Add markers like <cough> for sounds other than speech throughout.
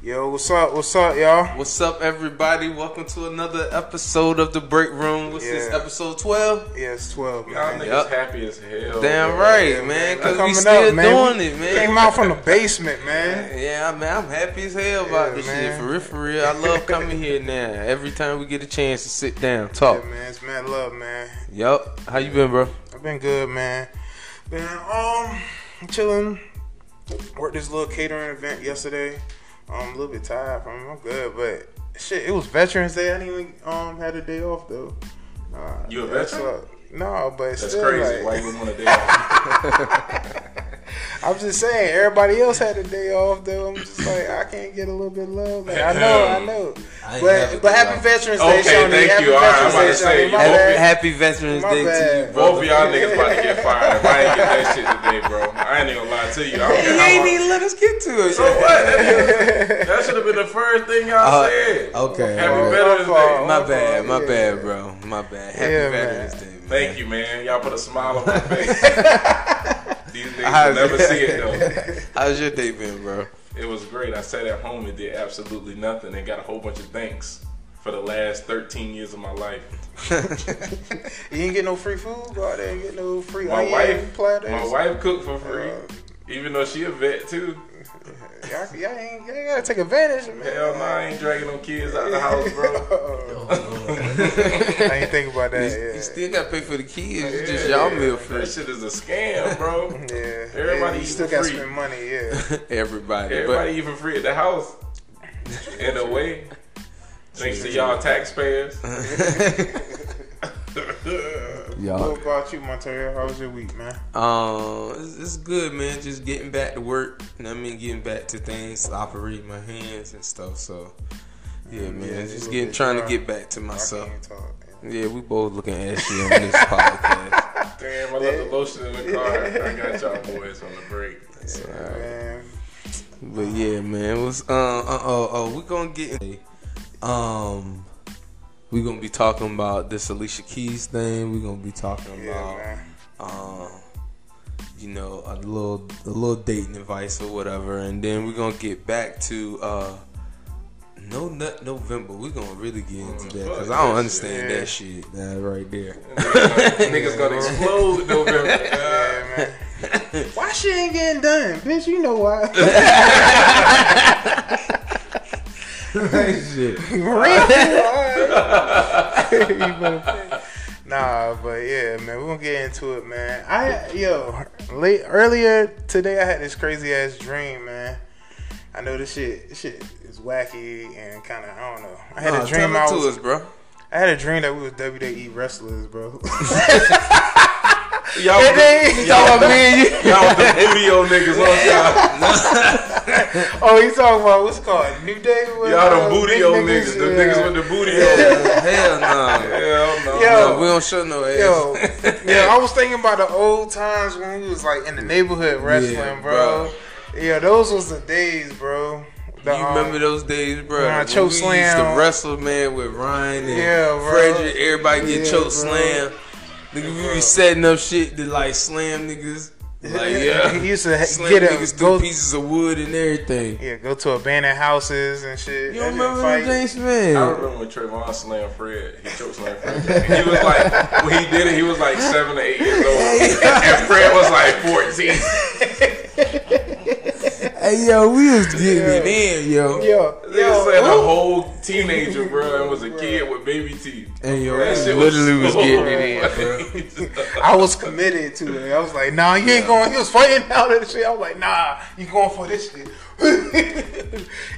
Yo, what's up? What's up, y'all? What's up, everybody? Welcome to another episode of the Break Room. What's this Yeah. episode twelve? Yeah, it's 12, Y'all man. niggas Yup. happy as hell. Damn man. right, man. We're Cause coming we still up, man. doing it, man. Came out from the basement, man. Yeah, man, I'm happy as hell about Yeah, this shit. man. For real, for real. I love coming <laughs> here now. Every time we get a chance to sit down, Yeah, talk. man. It's mad love, man. Yup. How you been, bro? I've been good, man. Been um chilling. Worked this little catering event yesterday. Um, a little bit tired from it. I'm good, but shit, it was Veterans Day. I didn't even um had a day off though. Nah, You a yeah, that's veteran? up. No, but That's still, crazy. Why Like, you would want to <laughs> date? I'm just saying, everybody else had a day off though. I'm just like, I can't get a little bit of love. Like, I know, I <laughs> know. ain't have a But but day happy off. Veterans Day, Okay, Shawnee. thank happy you. All right, I'm about to Veterans Day, say, Shawnee. My you Happy, bad. happy Veterans My Day to bad. you, Both of brother. y'all niggas about to get fired if I ain't get that shit today, bro. I ain't even gonna lie to you. I don't You care how ain't hard- even let us get to it. So what? <laughs> That, should have been the first thing y'all Uh, said. okay. Happy Well, Veterans well, Day. My bad, my Yeah. bad, bro. My bad. Happy Yeah, Veterans man. Day, man. Thank you, man. Y'all put a smile <laughs> on my face. These How's niggas will never it? see it <laughs> though. How's your day <laughs> been, bro? It was great. I sat at home and did absolutely nothing and got a whole bunch of thanks for the last 13 years of my life. <laughs> You didn't get no free food? Go out there and get no free My onion wife, platters. my wife cooked for free, Uh, even though she a vet too. Y'all, y'all, ain't, y'all gotta take advantage of me. Hell no, I ain't dragging no kids out the house, bro. <laughs> I ain't think about that. You, yeah. you still got to pay for the kids. <laughs> Yeah, It's just y'all yeah. meal That first. <laughs> shit is a scam, bro. yeah. Everybody yeah, you eating still gotta free. spend money. Yeah. Everybody. Everybody even free at the house. In a way. Thanks to y'all <laughs> taxpayers. <laughs> y'all. What about you, Montoya? How was your week, man? <laughs> Um, it's, it's good, man. Just getting back to work. You know what I mean, getting back to things, operating my hands and stuff. So, yeah, man. yeah, you just a getting bit trying to dry. get back to I myself. can't talk. Yeah, we both looking ashy on this <laughs> podcast. Damn, I left the lotion in the car. I got y'all boys on the <laughs> break. It's all right. Man, But yeah, man, what's uh uh oh oh we gonna get in- um we gonna be talking about this Alicia Keys thing. We gonna be talking yeah, man. about um you know a little a little dating advice or whatever, and then we gonna get back to uh no nut November. We gonna really get into that because I don't understand that shit that right <laughs> there. Niggas gonna explode November. <laughs> Uh, Yeah, man. <laughs> Why she ain't getting done, bitch? You know <laughs> why? <laughs> shit. <laughs> nah, but yeah, man, we're gonna get into it, man. I yo, late earlier today I had this crazy ass dream, man. I know this shit this shit is wacky and kinda I don't know. I had Nah, a dream I tell it was to <laughs> us, bro. I had a dream that we was WWE wrestlers, bro. <laughs> y'all, Hey, y'all, Oh, talking about me and you. y'all with the booty on niggas <laughs> on Oh, you talking about what's it called New Day? y'all. with, Y'all uh, the booty big on niggas. The yeah. niggas with the booty on. Hell no. Hell no. Yo. No, we don't show no ass. <laughs> Yo, yeah, I was thinking about the old times when we was like in the neighborhood wrestling, Yeah, bro. Yeah, those was the days, bro. The, you um, remember those days, bro? when I When choke we used to slam. wrestle, man, with Ryan and Yeah, bro. Frederick. Everybody get Yeah, choke bro. slam. Nigga, we be setting up shit to like slam niggas. Like <laughs> yeah, he used to ha- slam get niggas a through go, pieces of wood and everything. yeah, go to abandoned houses and shit. You That shit don't remember fight. them, James I man? remember when Trayvon slammed Fred. He choked slammed Fred. And he was like, when he did it, he was like seven or eight years old, and Fred was like fourteen. Hey yo, we was getting it in, yo. Yo, They yo, said a ooh. whole teenager, bro, and was a kid with baby teeth. Hey yo, That we shit literally was so getting it in, bro. funny. I was committed to it. I was like, nah, you ain't going. He was fighting <laughs> out of the shit. I was like, nah, you going for this shit. <laughs>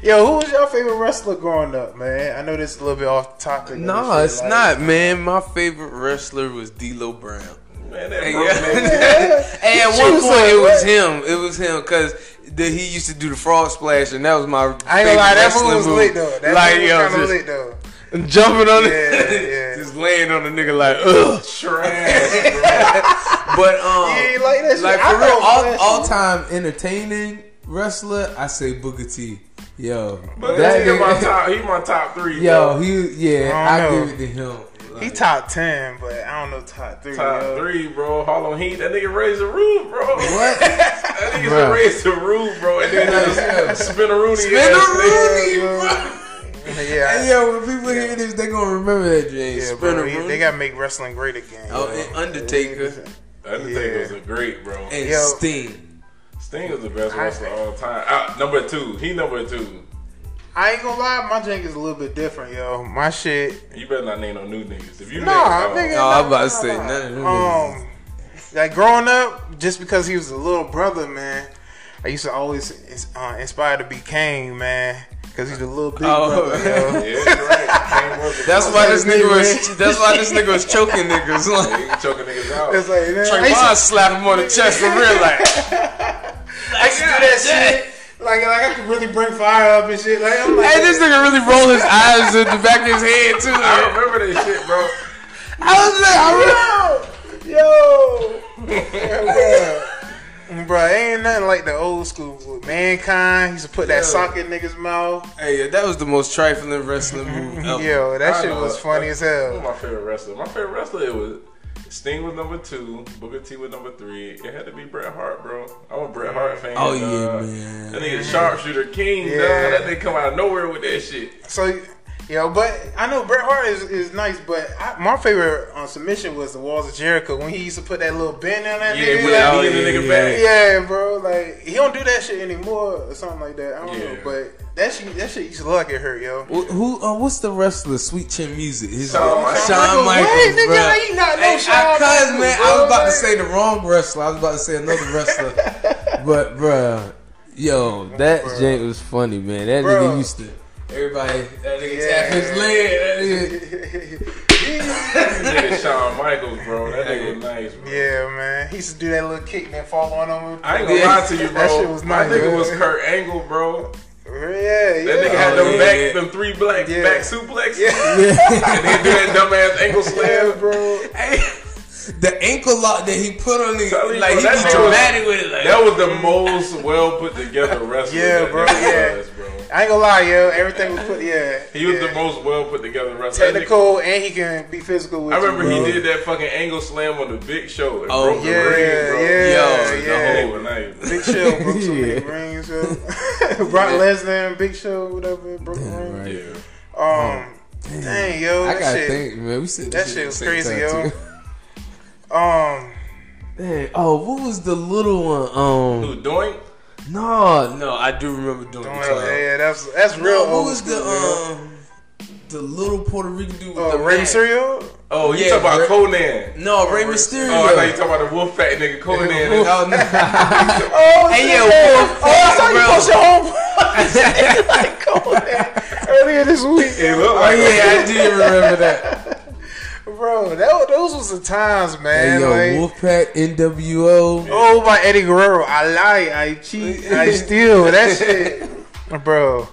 Yo, who was your favorite wrestler growing up, man? I know this is a little bit off topic. and No, shit, it's like- not, man. My favorite wrestler was D'Lo Brown. <laughs> Man, that Hey, broke yeah. <laughs> nigga. <laughs> Hey, at She one was point, like, it was him. It was him because he used to do the frog splash, and that was my. I ain't favorite gonna lie, that wrestling move was move. lit though. That like move was yo, kind of just lit though. jumping on Yeah, <laughs> it, yeah. just laying on the nigga like ugh. trash. <laughs> But um, Yeah, you like that shit? like I thought for it real, was all, flashy. all time entertaining wrestler, I say Booker T. Yo, But that he my nigga- top. He my top <laughs> three. yo, he yeah, I I, don't know. give it to him. Like, He top ten, but I don't know top three. Top yo. three, bro. Harlem Heat. That nigga raised the roof, <laughs> bro. what? That That nigga's Bruh. erased the rule, bro, and then <laughs> just spin a Rooney. Spin a Rooney, Yeah, bro. Hey, <laughs> Yeah, yo, when people hear this, they gonna remember that James. yeah, Yeah, bro. Spinner They, Rooney. they gotta make wrestling great again. oh, yo. and Undertaker Undertaker's Yeah. a great, bro. and Yo. Sting. Sting is the best I- wrestler of all time. Ah, number two, he number two. I ain't gonna lie, my drink is a little bit different, yo. My shit. You better not name no new niggas. If you Nah, name, nigga. Oh, I'm nah, about to nah, say nah. none of them Um, like growing up, just because he was a little brother, man, I used to always ins- uh, inspired to be Kane, man, because he's a little big brother, yo. Oh. <laughs> uh, Yeah, you're right. Can't work with That's them. why this nigga Yeah. was. That's why this nigga was choking niggas. <laughs> You Like can choke a niggas out. It's like, man, I used to- Trayvon slapped him on the chest for real. Like I used to do that shit. Like, like I could really bring fire up and shit. Like, I'm like, Hey, this nigga really rolled his eyes in the back of his head too. I remember this shit, bro. I was like, I really- Yo, bro, bro, ain't nothing like the old school with mankind. He used to put that Yeah. sock in niggas' mouth. Hey, that was the most trifling wrestling move ever. Yo, that I shit know. was funny as Who hell. my favorite wrestler? My favorite wrestler it was Sting was number two, Booker T was number three. It had to be Bret Hart, bro. I'm a Bret Hart fan. Oh, yeah, dawg. man. That nigga sharpshooter king. Yeah. Yeah. That nigga come out of nowhere with that shit. So, yo, but I know Bret Hart is, is nice, but I, my favorite uh, submission was the Walls of Jericho when he used to put that little bend on that Yeah, nigga. with like- the knee in the yeah, nigga yeah. back. Yeah, bro. Like he don't do that shit anymore or something like that. I don't Yeah. know, but that shit, that shit used to look at her, yo. Wh- Who? Uh, what's the wrestler? Sweet Chin Music. His Shawn Michaels. Shawn Michaels, Wait, nigga, bruh. how you not know Hey, Shawn I, cuz Michaels, man, bro? I was about to Like- say the wrong wrestler. I was about to say another wrestler, but bruh, yo, that Bruh. Jake was funny, man. That Bruh. nigga used to. Everybody, that nigga Yeah. tap his leg. That nigga. yeah, That nigga Shawn Michaels, bro. That nigga was nice, bro. man. He used to do that little kick and then fall on him. I ain't gonna Yeah. lie to you, bro. That shit was My nice, nigga bro. was Kurt Angle, bro. Yeah, yeah. That nigga had Oh, them yeah. back, them three black Yeah. back suplexes, Yeah. <laughs> and he do that dumbass ankle yeah, slam. bro. Hey, <laughs> the ankle lock that he put on the Tell you, like he that be nigga- dramatic with it. Like, That was the most well put <laughs> together wrestler. Yeah, that bro, nigga yeah. was, bro. I ain't gonna lie, yo. Everything was put. Yeah. He was yeah. the most well put together wrestler. That nigga- technical and he can be physical with I remember you, bro. he did that fucking angle slam on the Big Show and Oh, broke yeah, the ring, bro. yeah, the yeah. whole night. bro. Big Show broke so many <laughs> Yeah. rings, yo. <laughs> Brock Lesnar, and Big Show, whatever, broke a ring. right. Yeah. Um, dang, yo, I that gotta shit, think, man. We said that this shit at was the same crazy, time, yo. too. Um, Dang. Oh, what was the little one? Um, Who doing? no, no, I do remember don't doing the have- clown. yeah, that's that's real. No, what old was the school, yo. um the little Puerto Rican dude with Uh, the Rey mask? Mysterio? Oh, you Yeah, talking about Rick- Conan? No, Ray Mysterio. Oh, I thought you talking about the wolf fat <laughs> nigga Conan. Oh, <laughs> no. Oh, Hey, shit. yo, Wolf. Oh, I saw you Bro. post your home like Conan <laughs> earlier this It week, looked Oh, like yeah, I do remember that. bro. That wa- those was the times, Hey, man. yo, like, Wolfpack NWO. oh my Eddie Guerrero, I lie, I cheat, <laughs> I steal. That shit, bro.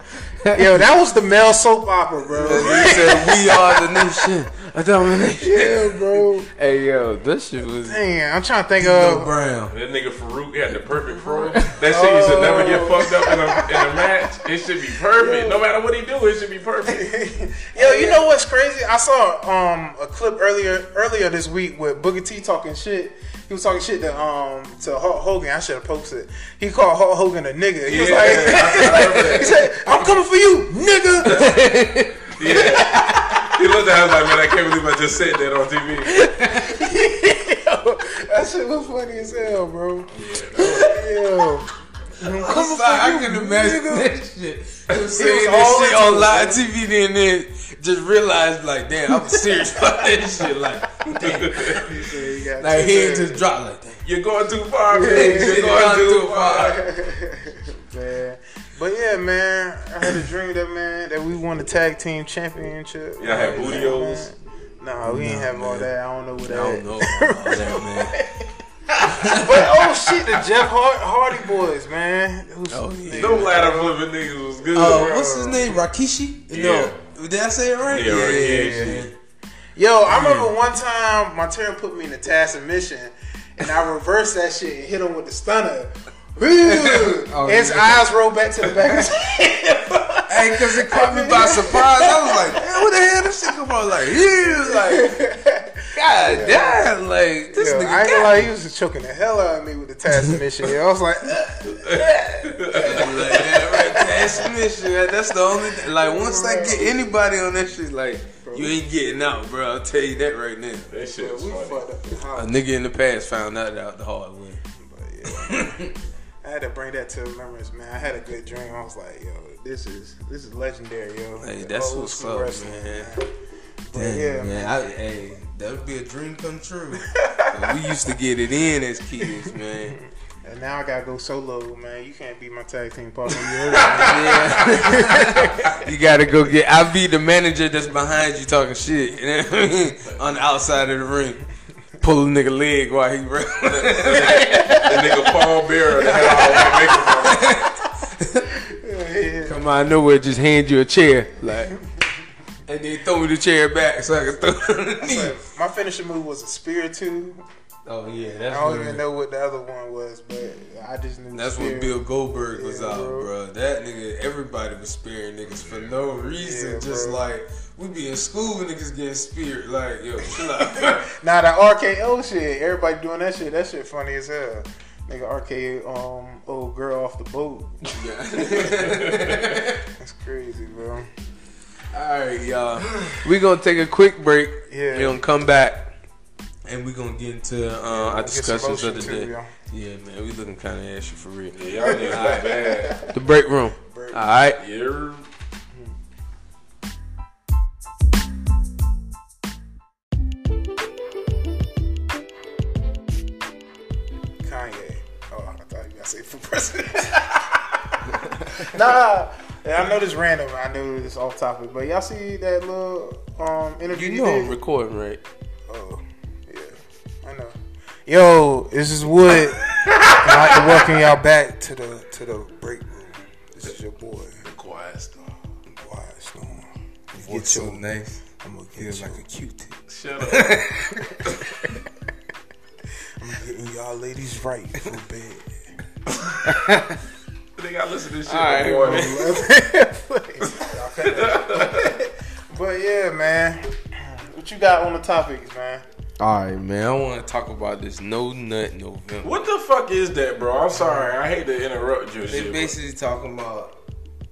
Yo, that was the male soap opera, bro. He said, "We are the nation, a domination." yeah, bro. Hey, yo, this shit was. Damn, I'm trying to think Yo, of. Brown. That nigga Farouk had the <laughs> perfect fro. That shit used to never get fucked up in a, in a match. It should be perfect. No matter what he do, it should be perfect. Yo, you know what's crazy? I saw um a clip earlier earlier this week with Booker T talking shit. He was talking shit to um to Hulk Hogan. I should have posted. He called Hulk Hogan a nigga. He was <laughs> Yeah, I remember like, that. he said, "I'm coming for you, <laughs> nigga." Yeah. He looked at us like, man, I can't believe I just said that on TV. that shit was funny as hell, bro. <laughs> Yo, I'm sorry, I couldn't imagine that shit. Him saying all that shit into on it, live TV, then then just realized like, damn, I'm serious about that shit. Like, you got like two he ain't hands. just dropped like that. You're going too far, man. Shit, You're going gone too too far. <laughs> far. man. But yeah, man, I had a dream that man that we won the tag team championship. Y'all had bootios? Nah, we ain't have all man. that. I don't know what that. I don't know about all that, man. But oh shit, the Jeff Hart, Hardy boys, man. It was- Oh, yeah. Them ladder flipping niggas was good. Uh, bro. what's his name? Rakishi? No, did I say it right? Yeah, yeah, Rikishi. Yo, I remember one time Montero put me in a task submission, and I reversed that shit and hit him with the stunner. <laughs> Oh, his yeah. eyes rolled back to the <laughs> back <laughs> of his head. Hey, cause it caught me by surprise. I was like, man, what the hell? This shit come on like, yeah, like. God damn, like this Yo, nigga. I ain't gonna got lie, he was choking the hell out of me with the task and shit. I was <laughs> like, like that, right? That's mission. man. That's the only thing. Like once I get anybody on that shit, like you ain't getting out, bro. I'll tell you that right now. That shit we was funny. fucked up the A house. nigga in the past found that out the hard way. But yeah, I had to bring that to remembrance, man. I had a good dream. I was like, yo, this is this is legendary, yo. Hey, The that's old what's school up, wrestling, man. But Damn, yeah, man. I, hey, that would be a dream come true. <laughs> we used to get it in as kids, man. And now I gotta go solo, man. You can't be my tag team partner. <laughs> Yeah. <laughs> you gotta go get. I be the manager that's behind you talking shit. <laughs> You know what I mean? On the outside of the ring, pull a nigga leg while he That nigga Paul Bearer that had all that makeup on. yeah. <laughs> come out of nowhere, just hand you a chair, like, and then throw me the chair back so I can throw <laughs> it But underneath. my finishing move was a spear too. Oh yeah, I that's don't what, even know what the other one was, but I just knew. that's spear. what Bill Goldberg was Yeah, out, bro. bro. That nigga, everybody was spearing niggas for no reason, Yeah, just bro. like. We be in school and niggas getting speared. Like, yo, <laughs> chill <laughs> out. <laughs> Nah, that RKO shit. Everybody doing that shit. That shit funny as hell. Nigga RKO um old girl off the boat. <laughs> Yeah. That's crazy, bro. All right, y'all. We're gonna take a quick break. Yeah. We're gonna come back and we're gonna get into uh, our Get some discussions of the motion, too, day. yo. yeah, man, we looking kind of ashy for real. Yeah, y'all niggas not bad. The break room. Break. All right. Yeah. Kanye. Oh, I thought you got say for president. <laughs> nah, yeah, I know this random. I know this off topic, but y'all see that little um interview? You he know did? I'm recording, right? Oh, yeah, I know. Yo, this is Wood. and I'd like to welcome y'all back to the to the break room. This is your boy, <laughs> Quiet storm. Quiet Storm. What's so nice? I'm gonna get you. a Q-tip. Shut up. I'm getting y'all ladies <laughs> right for bed. they got listen to this shit All right, in the morning. <laughs> but yeah, man, what you got on the topics, man? All right, man. I want to talk about this no nut November. What the fuck is that, bro? I'm sorry. I hate to interrupt you. and They Shit, but- basically talking about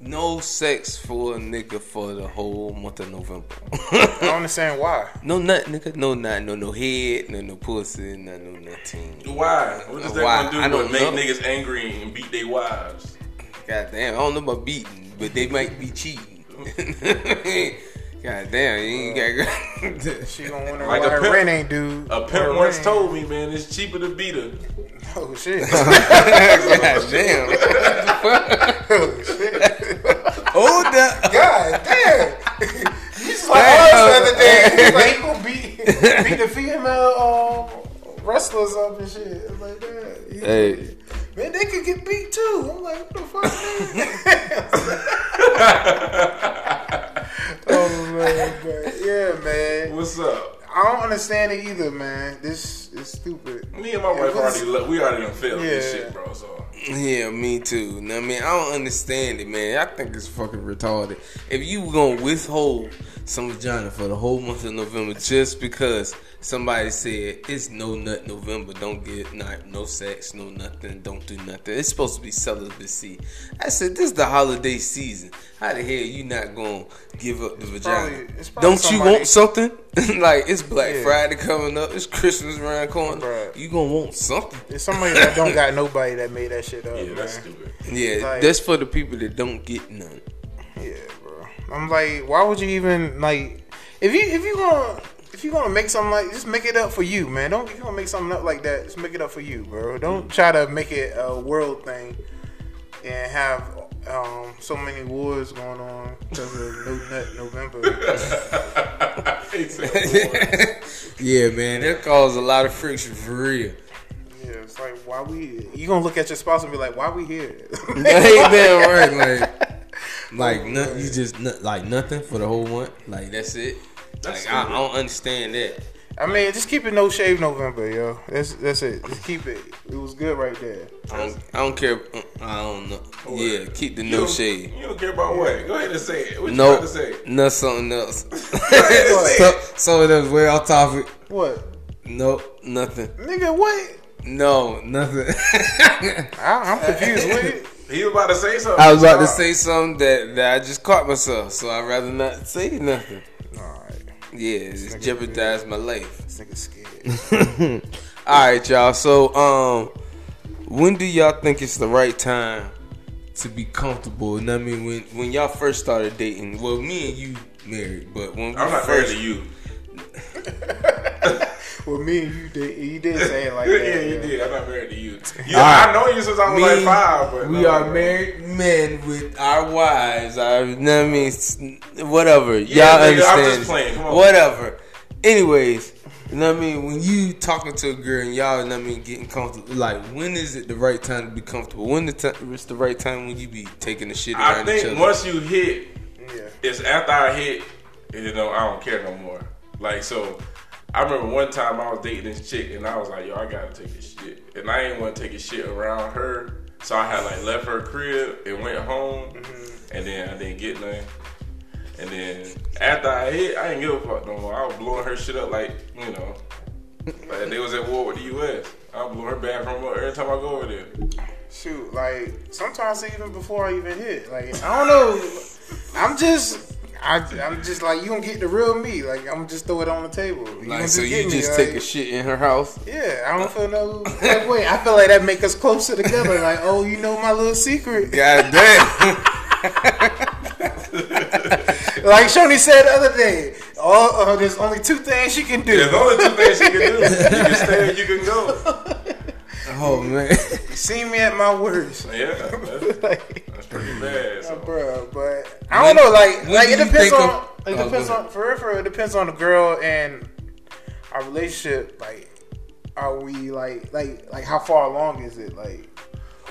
no sex for a nigga for the whole month of November. <laughs> I don't understand why. No nut, nigga. No nut. No no head. No no pussy. No no nothing. Why? What is that Why? gonna do? I but don't make know. niggas angry and beat their wives. God damn. I don't know about beating, but they might be cheating. <laughs> God damn. You ain't got. <laughs> She gonna wonder Like why a her pimp- rent ain't due. A Her pimp once rent- told me, man, it's cheaper to beat her. Oh shit. <laughs> God damn. oh shit. Hold up. God damn. He's like "Oh, us the other day. He's like, you gonna beat, <laughs> beat the female um, wrestlers up and shit. It's like that. He's Hey. like, Man, they could get beat too. I'm like, what the <laughs> fuck, man? <laughs> oh man, but yeah, man. What's up? I don't understand it either, man. This is stupid. Me and my It was- wife already lo- we already done failed this Yeah. shit, bro. So Yeah, me too. Know what I mean, I don't understand it, man. I think it's fucking retarded. If you gonna withhold some vagina for the whole month of November just because somebody said it's no nut November, don't get not no sex, no nothing, don't do nothing. It's supposed to be celibacy. I said this is the holiday season. How the hell you not gonna give up the vagina? probably- it's probably don't you want something? <laughs> like it's Black Yeah. Friday coming up, it's Christmas around the corner. Bruh. You gonna want something? It's somebody that don't got nobody that made that shit up. yeah, that's man. stupid. <laughs> Yeah, Like- that's for the people that don't get none. Yeah, bro. I'm like, why would you even like if you if you gonna if you gonna make something like just make it up for you, man. Don't if you gonna make something up like that, just make it up for you, bro. Don't try to make it a world thing and have um, so many wars going on because of no nut November. <laughs> yeah, man, that caused a lot of friction for real. yeah, it's like why we you gonna look at your spouse and be like, why we here? Ain't <laughs> that right? <laughs> Like, like no- you just no- like nothing for the whole month. Like that's it. That's like I, I stupid. don't understand that. <laughs> I mean, just keep it no shave November, yo. That's that's it. Just keep it. It was good right there. I don't, I don't care. uh, I don't know. Oh, Yeah, keep the You no don't- shade. You don't care about what? Go ahead and say it. What you about No, to say? <laughs> no, something else. so, so it was way off topic. What? Nope, nothing. Nigga, what? No, nothing. <laughs> I, I'm confused. What? He was about to say something. I was about to say something that, that I just caught myself, so I'd rather not say nothing. Alright. Yeah, it just jeopardized my life. This nigga <laughs> scared. <laughs> All right, y'all. So, um, when do y'all think it's the right time to be comfortable? And I mean, when when y'all first started dating, well, me and you married, but when we I'm not married first, to you. well, me and you did. You did say it <laughs> like <laughs> Yeah, that. you yeah. did. I'm not married to you. you Alright. I know you since I was me, like five. But we no, are no. married men with our wives. Our, you know what I mean, S- whatever. y'all Yeah, nigga, I'm just understand? playing. Come on. Whatever. Anyways, you know what I mean. When you talking to a girl and y'all, you know what I mean, getting comfortable. Like, when is it the right time to be comfortable? When the time it's the right time when you be taking the shit I around each think other? once you hit, Yeah. it's after I hit, you know, I don't care no more. Like so, I remember one time I was dating this chick and I was like, yo, I gotta take this shit, and I ain't want to take a shit around her, so I had like left her crib and went home, and then I didn't get nothing. And then after I hit, I didn't give a fuck no more. I was blowing her shit up like, you know, like they was at war with the U.S. I blew her bathroom up every time I go over there. Shoot, like sometimes even before I even hit, like I don't <laughs> know. I'm just, I, I'm just like you gonna get the real me. Like I'm just throw it on the table. You gonna Like, so get you me, just like, take a shit in her house? yeah, I don't feel <laughs> no like, wait. I feel like that make us closer together. Like oh, you know my little secret. God damn. <laughs> Like Shoni said the other day. Oh, uh, there's only two things she can do. There's only two things you can do. You can stay or you can go. oh man. See me at my worst. <laughs> Yeah, that's, Like, that's pretty bad. uh, So. bruh, but I don't know. Like, when like do it you depends think on. of- it Oh, depends go on. For real, for real, it depends on the girl and our relationship. Like, are we like, like, like how far along is it? Like,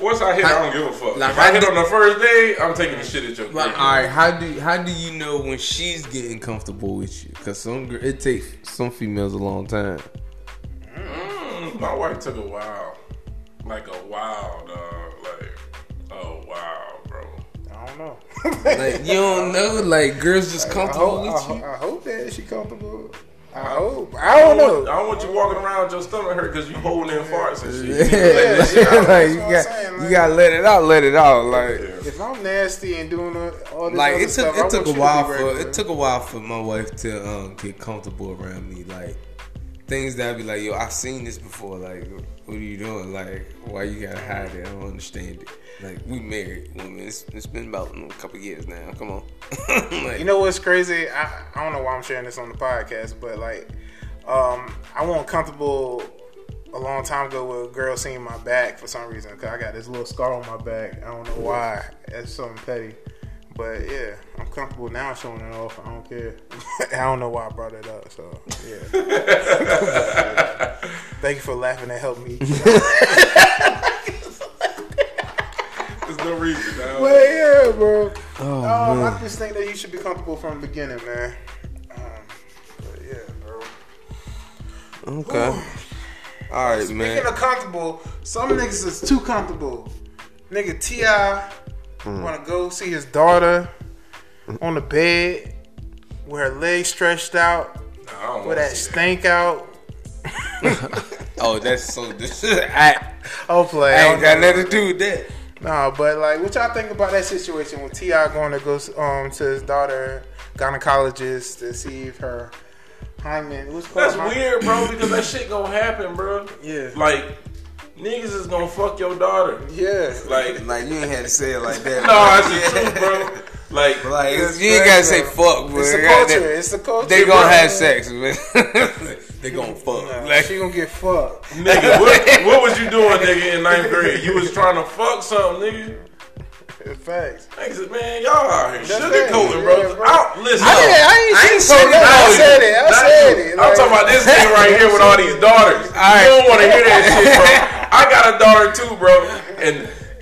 Once I hit, I, don't give a fuck. Like, if I I hit did- on the first day, I'm taking the shit at your Like, crib. all right, how do how do you know when she's getting comfortable with you? Because some gir- it takes some females a long time. Mm, my wife took a while, like a while, dog. Like a while, bro. I don't know. <laughs> Like you don't know, like girls just I comfortable hope, I, with ho- you. I hope that she comfortable. I hope. I don't know. uh, I don't want you walking around with your stomach hurt because you holding in farts and <laughs> shit. Yeah, that's what I'm like you saying, got like- you got to let it out, let it out, like. Yeah. If I'm nasty and doing all this Like other it took stuff, I it took want a you to while be for ready it took a while for my wife to um, get comfortable around me. Like things that I'd be like, yo, I've seen this before. Like, what are you doing? Like, why you gotta hide it? I don't understand it. Like, we married woman. It's, it's been about mm, a couple years now. Come on. <laughs> like, You know what's crazy? I, I don't know why I'm sharing this on the podcast, but like, um, I wasn't comfortable a long time ago with a girl seeing my back for some reason because I got this little scar on my back. I don't know why. That's something petty. But yeah, I'm comfortable now showing it off. I don't care. <laughs> I don't know why I brought it up. So <laughs> yeah. Thank you for laughing and helped <laughs> me. but There's no reason. dawg. yeah, bro. oh, Um, man. I just think that you should be comfortable from the beginning, man. Um, but yeah, bro. okay. All right, man. Speaking of comfortable, some niggas is too comfortable. Nigga Ti want to go see his daughter on the bed with her legs stretched out, Nah, I don't with wanna that see stank out. <laughs> <laughs> Oh, that's so. This I, Oh, play. I ain't got nothing to do with that. Nah, but like, what y'all think about that situation with Ti going to go um to his daughter gynecologist to see if her hymen was That's weird, bro, because that shit gonna happen, bro. Yeah. Like, niggas is gonna fuck your daughter. Yeah. Like, <laughs> Like you ain't had to say it like <laughs> that. no, it's the truth, bro. Like, bro. <laughs> Like It's you ain't gotta say crazy, fuck, bro. It's the You gotta- culture. It's the culture. They gonna bro. <laughs> have sex, man. they gonna fuck. Nah, Like, she gonna get fucked. nigga, <laughs> what, what was you doing, nigga, in ninth grade? You was trying to fuck something, nigga. <laughs> Facts. Niggas, man, y'all out here That's sugarcoating, it. bro. Yeah, bro. Out, listen. I didn't- I ain't ain't sugarcoating. sugarcoating. I said it. I Not said you. it. I'm like- talking about this nigga right here with all these <laughs> daughters. right. You don't want to hear that shit, bro. I got a daughter too, bro. And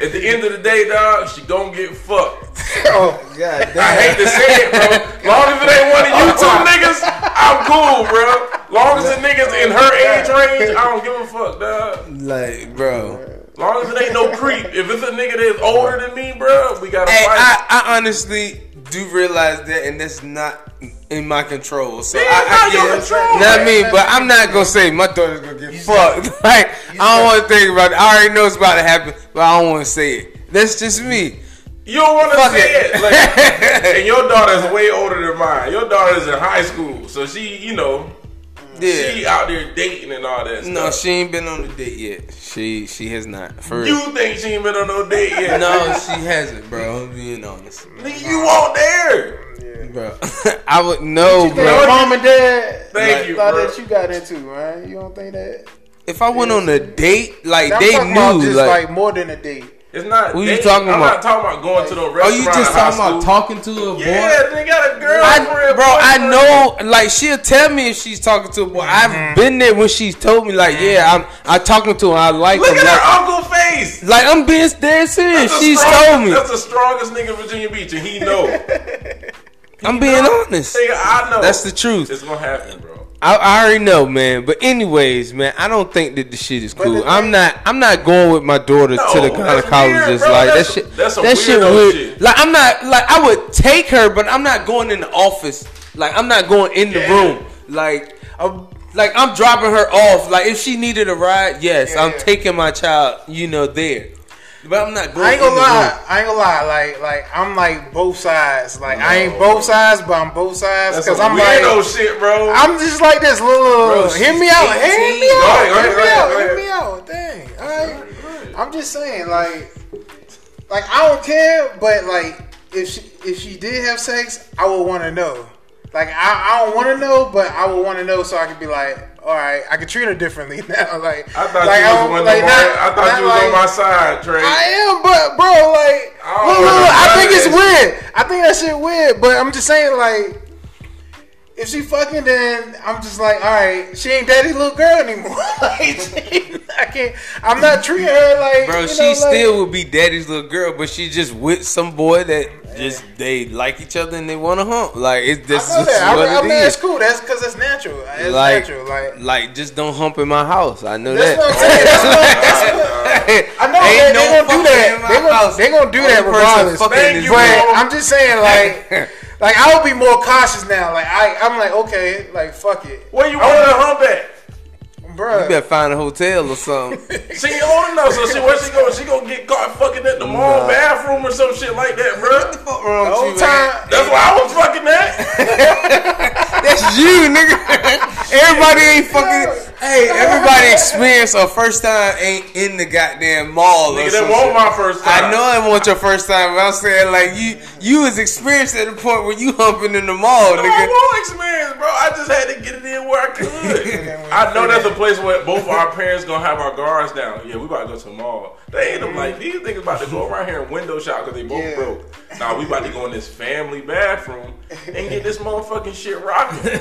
at the end of the day, dog, she gonna get fucked. Oh, God I hate to say it, bro. Long as it ain't one <laughs> of you two niggas, I'm cool, bro. Long as the niggas in her age range, I don't give a fuck, dog. Like, bro. Long as it ain't no creep. If it's a nigga that's older than me, bro, we gotta Hey, fight. I, I honestly do realize that, and that's not in my control. So I, It is I not your get it. control. You know what I mean? But I'm not gonna say my daughter's gonna get You fucked. said- <laughs> like you said- I don't want to think about it. I already know it's about to happen, but I don't want to say it. That's just me. You don't want Fuck to say it. <laughs> it. Like, and your daughter's way older than mine. Your daughter's in high school, so she, you know, Yeah. she out there dating and all that. no, stuff. she ain't been on a date yet. She she has not. For real. You think she ain't been on no date yet? No, she hasn't, bro. I'm being honest, Nigga, you won't there. Yeah. bro. <laughs> I would know, You think bro. mom and dad Thank like, you, thought bro. that you got into, man. You don't think that? If I went on a date, like I'm they talking about knew, just like, like more than a date. It's not. Who you dating. talking I'm about? not talking about going to the oh, restaurant. you just in high talking about school. talking to a boy? Yeah, they got a girlfriend. I, bro, I boyfriend. know. Like she'll tell me if she's talking to a boy. Mm-hmm. I've been there when she's told me, like, yeah, I'm I talking to him. I like Look him. at like, her uncle face. like, I'm being dead serious. That's the She's strongest- told me. That's the strongest nigga in Virginia Beach, and he know. nigga, I'm being honest. I know. That's the truth. It's gonna happen, bro. I, I already know, man. But anyways, man, I don't think that the shit is the cool. thing- I'm not. I'm not going with my daughter No, to the that's gynecologist. weird, bro. like That's that a- shit. that's a that shit weirdo weird. shit. Like I'm not. Like I would take her, but I'm not going in the office. Like I'm not going in the Yeah. room. Like I'm. Like I'm dropping her off. Like if she needed a ride, yes, Yeah, I'm yeah. taking my child. You know there. But I'm not going. I ain't gonna in the room. lie. I ain't gonna lie. Like, like I'm like both sides. Like, I ain't No. both sides, but I'm both sides That's some because I'm weirdo like, shit, bro. I'm just like this. Little, Bro, hear she's me out. Hear 18. me out. Go ahead, go ahead, Hear go me ahead, out. go Hear ahead. me out. Dang. All right. I'm just saying, like, like I don't care, but like, if she if she did have sex, I would want to know. Like, I, I don't want to know, but I would want to know so I could be like, all right, I could treat her differently <laughs> now. Like, I thought like, you don't- was one of like, my, not- I thought not you was on like- my side, Trey. I am, but bro, like, I don't look, look, really look, I buy think it's that weird. I think that shit weird, but I'm just saying, like, if she fucking, then I'm just like, all right, she ain't daddy's little girl anymore. <laughs> like, she, I can't, I'm not treating her like, Bro, you know, she like- still would be daddy's little girl, but she just with some boy that just they like each other and they want to hump. Like I it's this, know this is that. I, what I it mean, that's is. cool. That's because that's natural. It's Like, natural. Like, like just don't hump in my house. I know that's what I'm that. saying. That's what, that's what, <laughs> I know Ain't they, they no gonna do fucking that. in my They gonna, house. they gonna do Only that person regardless. fucking Thank is you, me. But I'm just saying, like, <laughs> like I would be more cautious now. Like I, I'm like, okay, like fuck it, Where you want to hump at? You bro. better find a hotel <laughs> or something. She ain't old enough, so she where she going? She gonna get caught fucking at the mall bathroom or some shit like that, bro. Fuck wrong The with whole you, man? <laughs> time, That's where I was fucking <laughs> at. That's you, <laughs> nigga. everybody ain't fucking. Hey, <laughs> everybody experience a first time ain't in the goddamn mall. or Nigga, some that was shit. my first time. I know I want your first time, but I'm saying like you you was experienced at the point where you humping in the mall, No, <laughs> I nigga. won't experience, bro. I just had to get it in where I could. <laughs> I know that's a place where both of our parents gonna have our guards down. Yeah, we about to go to the mall. They ain't them like these niggas about to go around here and window shop because they both Yeah. broke. Now nah, we about to go in this family bathroom and get this motherfucking shit rocking.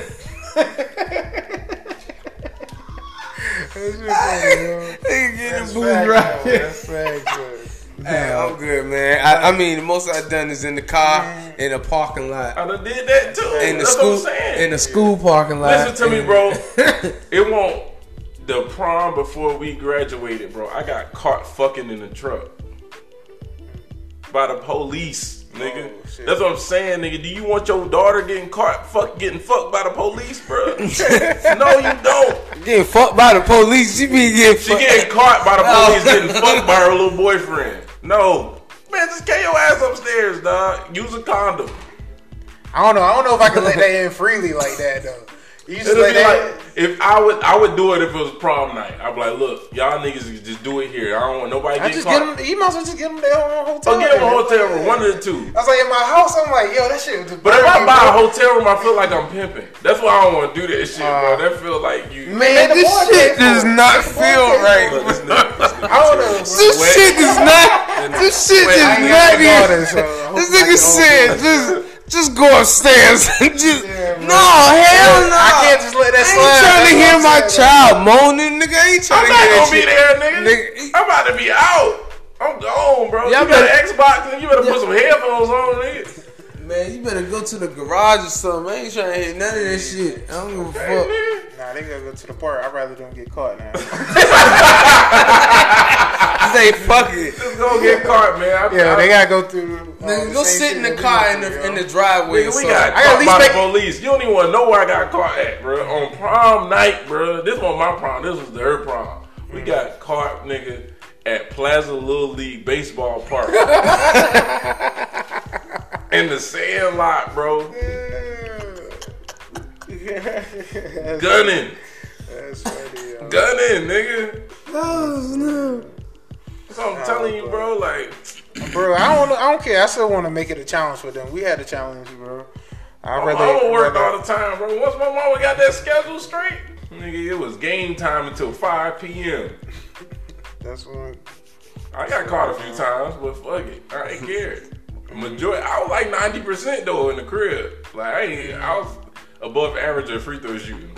Nigga getting That's booed fact, right. though. That's fact, though. Hey, I'm good, man. I, I mean, the most I've done is in the car, in a parking lot, I done did that too. in the that's school, what I'm saying. in the school parking lot. Listen to me, and- bro. it won't. The prom before we graduated, bro. I got caught fucking in the truck by the police, nigga. Oh, shit. That's what I'm saying, nigga. Do you want your daughter getting caught, fuck, getting fucked by the police, <laughs> bro? no, you <laughs> don't. getting fucked by the police. She be getting She fucked. getting caught by the No. police getting fucked by her little boyfriend. No, man, just get your ass upstairs, dog. Use a condom. I don't know. I don't know if I can let that in freely like that though. You just It'll let be that. like if I would I would do it if it was prom night. I'd be like, look, y'all niggas can just do it here. I don't want nobody I getting just get caught. them. You might as well just get them their own hotel. Or get them a room. hotel room, one of the two. I was like in my house. I'm like, yo, that shit. was But if I barbecue, buy a bro. hotel room, I feel like I'm pimping. That's why I don't want to do that shit, Uh, bro. That feel like you. <laughs> man, Man, the this boy shit paid for does it. not The boy feel paid for right. it. Look, this nigga- this nigga I don't terrible. know. This Wet. shit is not. This shit Wet. is I not got even. daughters, so I hope This I nigga can said just just go upstairs. <laughs> and just, Yeah, bro. no, hell no. I can't just let that I slide. ain't trying to That's hear what my I'm saying, child moaning, nigga. I ain't trying to I'm not hear that gonna be shit. there, nigga. Nigga. I'm about to be out. I'm gone, bro. Y'all you got better- an Xbox, and you better put some headphones on, nigga. Man, you better go to the garage or something. I ain't trying to hear none of that shit. I don't give a <laughs> fuck. Nah, they gotta go to the park. I'd rather them get caught <laughs> now. I say fuck it. Just go get caught, man. I, Yeah, I, they gotta go through. Uh, Nigga, the go same sit shit in the that we car went in through, the, yo. in the driveway. Nigga, we so- got I gotta caught by at the least police. You don't even want to know where I got caught at, bro. On prom night, bro. This wasn't my prom. This was their prom. Mm. We got caught, nigga, at Plaza Little League Baseball <laughs> Park. In the sand lot, bro. that's, Gunning. <laughs> that's funny, yo. Gunning, nigga. make- So Oh, I'm telling you, bro, like, bro. I don't. I don't care. I still want to make it a challenge for them. We had a challenge, bro. I my Oh, really mama worked rather- all the time, bro. Once my mama got that schedule straight, nigga, it was game time until 5 p.m. That's what. I got caught a few times, but fuck it. I ain't care. Majority, I was like 90% though in the crib. Like, I, ain't, I was above average at free throw shooting.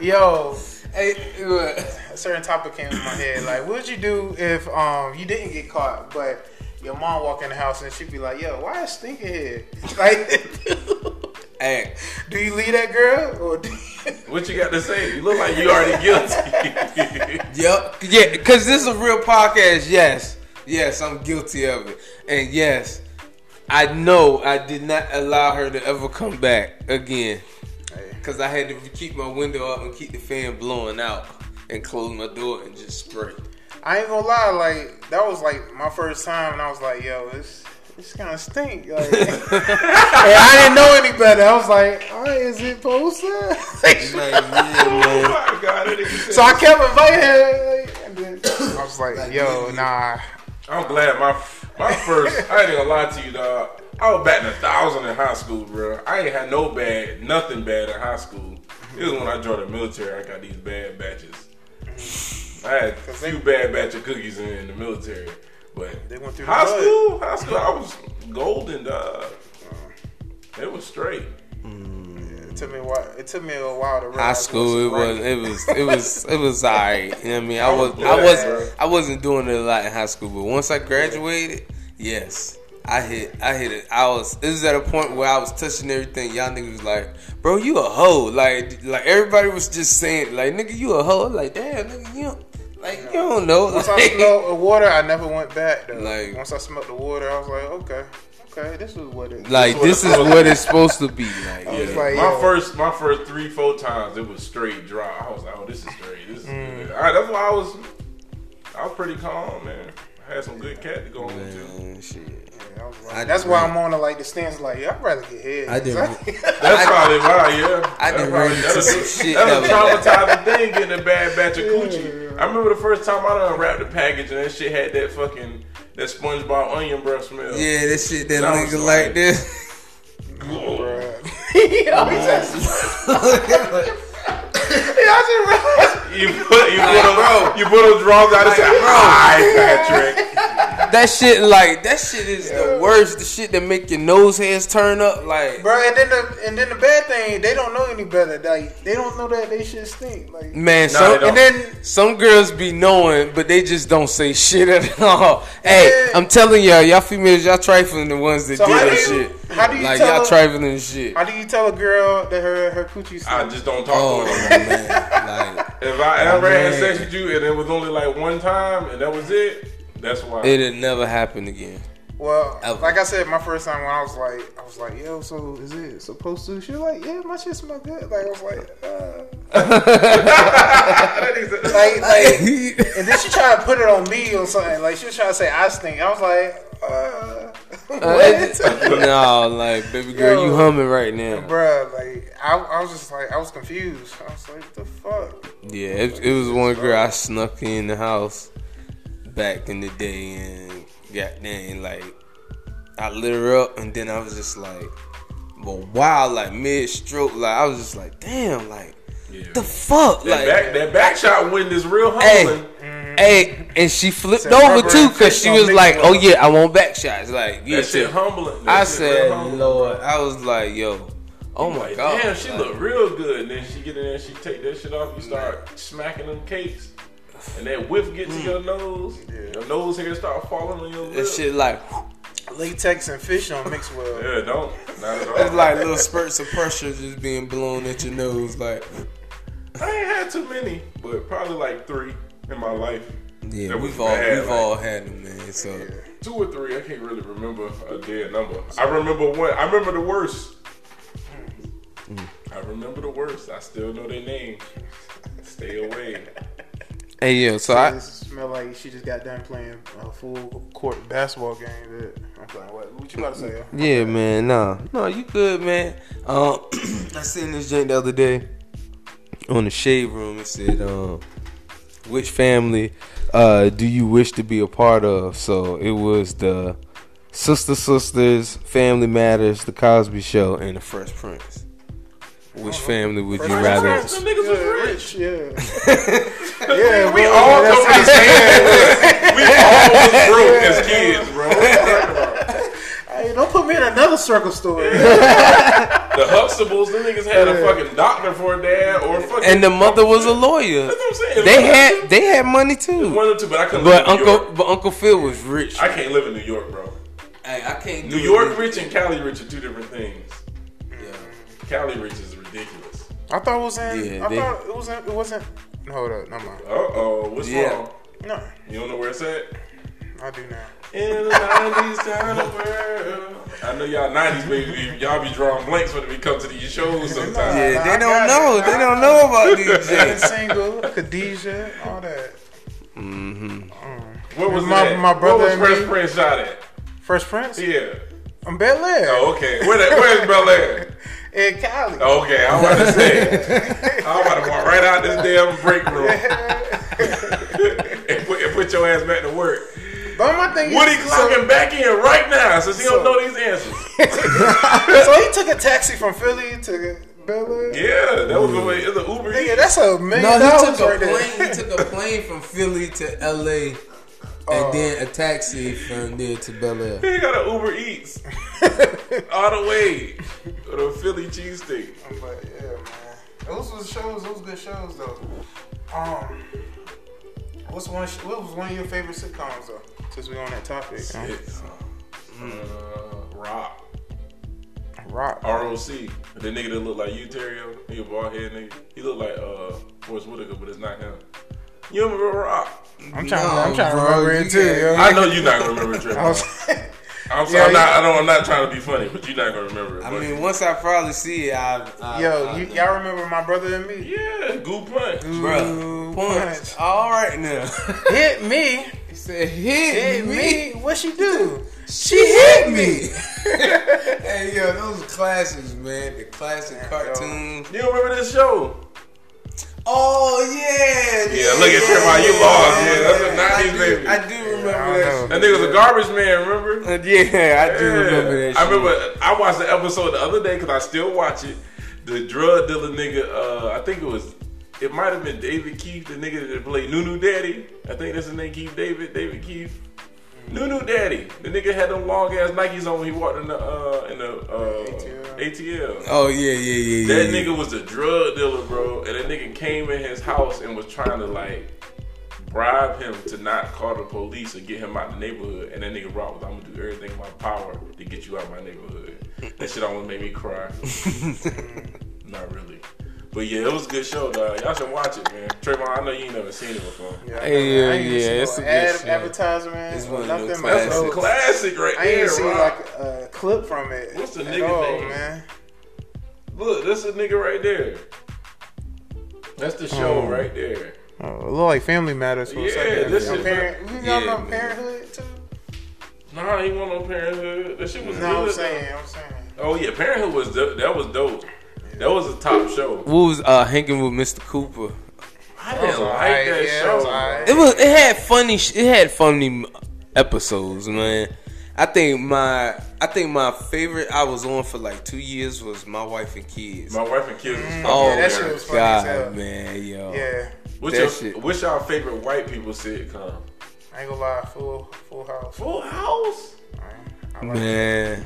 Yo, Hey, <laughs> look. a certain topic came to my head. Like, what would you do if um you didn't get caught, but your mom walk in the house and she'd be like, "Yo, why is stinking here?" Like, hey, <laughs> do you leave that girl or? Do you... What you got to say? You look like you already guilty. <laughs> Yep. Yeah, because this is a real podcast. Yes. Yes, I'm guilty of it. And yes, I know I did not allow her to ever come back again. Hey. Because I had to keep my window up and keep the fan blowing out and close my door and just spray. I ain't gonna lie, like that was like my first time, and I was like, "Yo, it's it's kind of stink." <laughs> Like, and I didn't know any better. I was like, "All right, is it posted?" Like, yeah, man. oh my God. that nigga <laughs> so said- I kept inviting her. Like, and then I was like, "Yo, nah." I'm glad my my first, I ain't gonna lie to you, dog. I was batting a thousand in high school, bro. I ain't had no bad, nothing bad in high school. It was when I joined the military, I got these bad batches. I had a few bad batch of cookies in, in the military. But They went through the high mud. school, high school, I was golden, dog. It was straight. It took me a while. It took me a while to realize. High school, it was, what's right. it was, it was, it was alright. You know what I mean? I was, glad, I bro. was, I wasn't doing it a lot in high school, but once I graduated, yes, I hit, I hit it. I was, this is at a point where I was touching everything. Y'all niggas was like, bro, you a hoe. Like, like everybody was just saying, like, nigga, you a hoe. Like, damn, nigga, you, don't- like, you don't know. Once <laughs> I Like, smelled the water, I never went back. Though. Like- once I smelled the water, I was like, "Okay, okay, this is what it." like, this is what it's supposed to be. Like, Yeah. It's like, my yo. first, my first three, four times, it was straight dry. I was like, "Oh, this is straight. This is Mm. good." I, that's why I was, I was pretty calm, man. I had some good cat to go on to. man, shit. I was like- I that's why didn't- I'm on to like the stands. Like, yeah, I'd rather get head. <laughs> I didn't- That's I- probably why, yeah. I That's done probably- ran into that's some a- shit That's a that traumatizing thing, getting a bad batch of coochie. I remember the first time I done unwrapped the package and that shit had that fucking that SpongeBob onion breath smell. Yeah, this shit that I was nigga like- like this. Ugh. <laughs> You put you put them, bro. you put them drums out and say, Like, bro. "Hi, Patrick." That shit like that shit is the worst. The shit that make your nose hairs turn up. Like, <laughs> Bro, and then the and then the bad thing, they don't know any better. Like they don't know that they should stink. Like man, Nah, they some, don't. and then some girls be knowing, but they just don't say shit at <laughs> all. Hey, Yeah. I'm telling y'all, y'all females, y'all trifling the ones that So do how do that you- shit. how do you like tell y'all a- trifling and shit? how do you tell a girl that her her coochie I stink? just don't talk oh to <laughs> them. man, like If I ever had man. sex with you and it was only like one time and that was it, that's why. it'll never happen again. Well, Ever. like I said, my first time when I was like, I was like, yo, so is it supposed to? She was like, yeah, my shit smell good. Like I was like, <laughs> uh. That is a- like like, <laughs> and then she tried to put it on me or something. Like she was trying to say I stink. I was like, uh, <laughs> what? <laughs> no, like baby girl, Yo. you humming right now. Bruh, like I, I was just like I was confused. I was like, the fuck? Yeah, it, it was one girl I snuck in the house back in the day and got dang like I lit her up and then I was just like well wow like mid stroke like I was just like damn like Yeah. the fuck That like back, mm-hmm. that back shot win is real humbling. hey hey and she flipped Said over rubber too and fish cause she don't was mix like well. oh yeah I want back shots like yeah that shit humbling. That I shit real said humbling. Lord I was like yo oh my Like, god damn, she like, look real good. And then she get in there, she take that shit off. You start smacking them cakes, and that whiff get to your nose. Your nose hair start falling on your Hmm. that lips. shit like Latex and fish don't mix well. Yeah, don't. Not at all. It's like little spurts of pressure just being blown at your nose, like I ain't had too many, but probably like three in my life. Yeah, That was we've all bad, we've like- all had them, man. So Yeah. Two or three, I can't really remember a dead number. I remember one. I remember the worst. I remember the worst. I still know their name. Stay away. hey yo, so It I smell like she just got done playing a full court basketball game. That I'm playing. What, what you about to say? yo? yeah, man, nah, no, you good, man. Um, <clears throat> I seen this joint the other day on the shade room. It said, um, which family uh do you wish to be a part of? So it was the Sister Sisters, Family Matters, The Cosby Show, and The Fresh Prince. Oh, Which family would you rather? Them niggas was Yeah, rich. rich, yeah. yeah, We bro, all that's come what from <laughs> the <laughs> same. We all was broke as kids, bro. Hey, don't put me in another circle story. The Huxtables, them niggas had a fucking doctor for a dad or a fucking. And the mother was a lawyer. That's what I'm saying. They had they had money too. one or two, but I couldn't. But live in New Uncle York. but Uncle Phil was rich. I can't live in New York, bro. Hey, I can't. New York rich and Cali rich are two different things. Cali rich is ridiculous. <laughs> I thought it was in. Yeah, I they- thought it was in. It wasn't. Hold up, never mind. Uh oh, what's Yeah. wrong? No, You don't know where it's at? I do now. In the 90s kind of world. I know y'all 90s baby, y'all be drawing blanks when it comes to these shows sometimes. Yeah, Nah, they I got don't know. it. They don't know about <laughs> these Being jets. single, Khadijah, all that. What was My- that? my brother What and was Fresh me. Prince shot at? Fresh Prince. Yeah. I'm Bel Air. Oh, okay. Where that, where's Bel Air? And Cali. Oh. Okay, I'm about to say. I'm about to walk right out this damn break room <laughs> and, put, and put your ass back to work. But my thing Woody is, so, clocking back in right now since he So- don't know these answers. so he took a taxi from Philly to Bel Air. Yeah, that was Mm. the way. It's an Uber. Nigga, Eats. that's a million No, he dollars took right a there. plane. He took a plane from Philly to L.A. Oh. and then a taxi from there to Bel Air. He got an Uber Eats <laughs> all the way with a Philly cheesesteak. But yeah, man. Those was shows. Those good shows though. Um, what's one? Sh- what was one of your favorite sitcoms though? Since we on that topic, um, It's uh, Rock. Rock. ROC. The nigga that look like you, Terrio. He a bald head nigga. He look like uh Forrest Whitaker, but it's not him. You remember Rock? I'm trying. No, I'm trying bro, to remember you it too. can't- Yo. I know you're not gonna remember Drake. I I'm, was- <laughs> sorry, I'm Yeah, not. I don't. I'm not trying to be funny, but you're not gonna remember it. I but- mean, once I probably see it, I, I yo, I, you, y'all remember my brother and me? yeah, goo punch. bro, punch. punch. All right now. Hit me, <laughs> he said, "Hit, hit me. me. What she do? She hit me." <laughs> hey yo, those classics, man. The classic cartoons. You don't remember this show? Oh yeah, Yeah, look at Trevor, you lost. Yeah, that's a 90s baby. I do remember I that. know. That nigga was a garbage man. Remember? shit. Uh, <laughs> Yeah, I do Yeah. remember that. Shit. I remember I watched the episode the other day because I still watch it. The drug dealer nigga, uh, I think it was, it might have been David Keith, the nigga that played Nunu Daddy. I think that's his name, Keith David, David Keith. Nunu Daddy, the nigga had them long ass Nikes on when he walked in the uh, in the uh, ATL. ATL. Oh yeah, yeah, yeah, yeah. yeah. That nigga was a drug dealer, bro, and that nigga came in his house and was trying to like bribe him to not call the police or get him out the neighborhood. And that nigga Rob was, I'm gonna do everything in my power to get you out of my neighborhood. That shit almost made me cry. <laughs> <laughs> not really. But yeah, it was a good show, dog. Y'all should watch it, man. Trayvon, I know you ain't never seen it before. Yeah, I Hey, never- I yeah, ain't yeah, seen it's no a good ad- shit. advertisement. It's or one of nothing, them but I That's know- a classic right I ain't there, seen Rob. like a clip from it. What's the at nigga all, name? man? Look, this is a nigga right there. That's the show right there. Oh, it look like Family Matters for Yeah, a second. this Or is- parent, you yeah, know about man. Parenthood too? Nah, he want no parenthood. That shit was No, good. I'm saying, I'm saying. Oh yeah, Parenthood was do- that was dope. That was a top show. What was uh, hanging with Mr. Cooper? I was didn't like alright, that yeah, show. it was alright. It was. It had funny. sh- It had funny episodes, man. I think my I think my favorite I was on for like two years was My Wife and Kids. My wife and kids was fucking oh Yeah, that shit weird. was funny as hell. God, man, yo. Yeah, What's that your shit. what's y'all favorite white people sitcom? I ain't gonna lie, Full Full House. Full House. I like it. Man,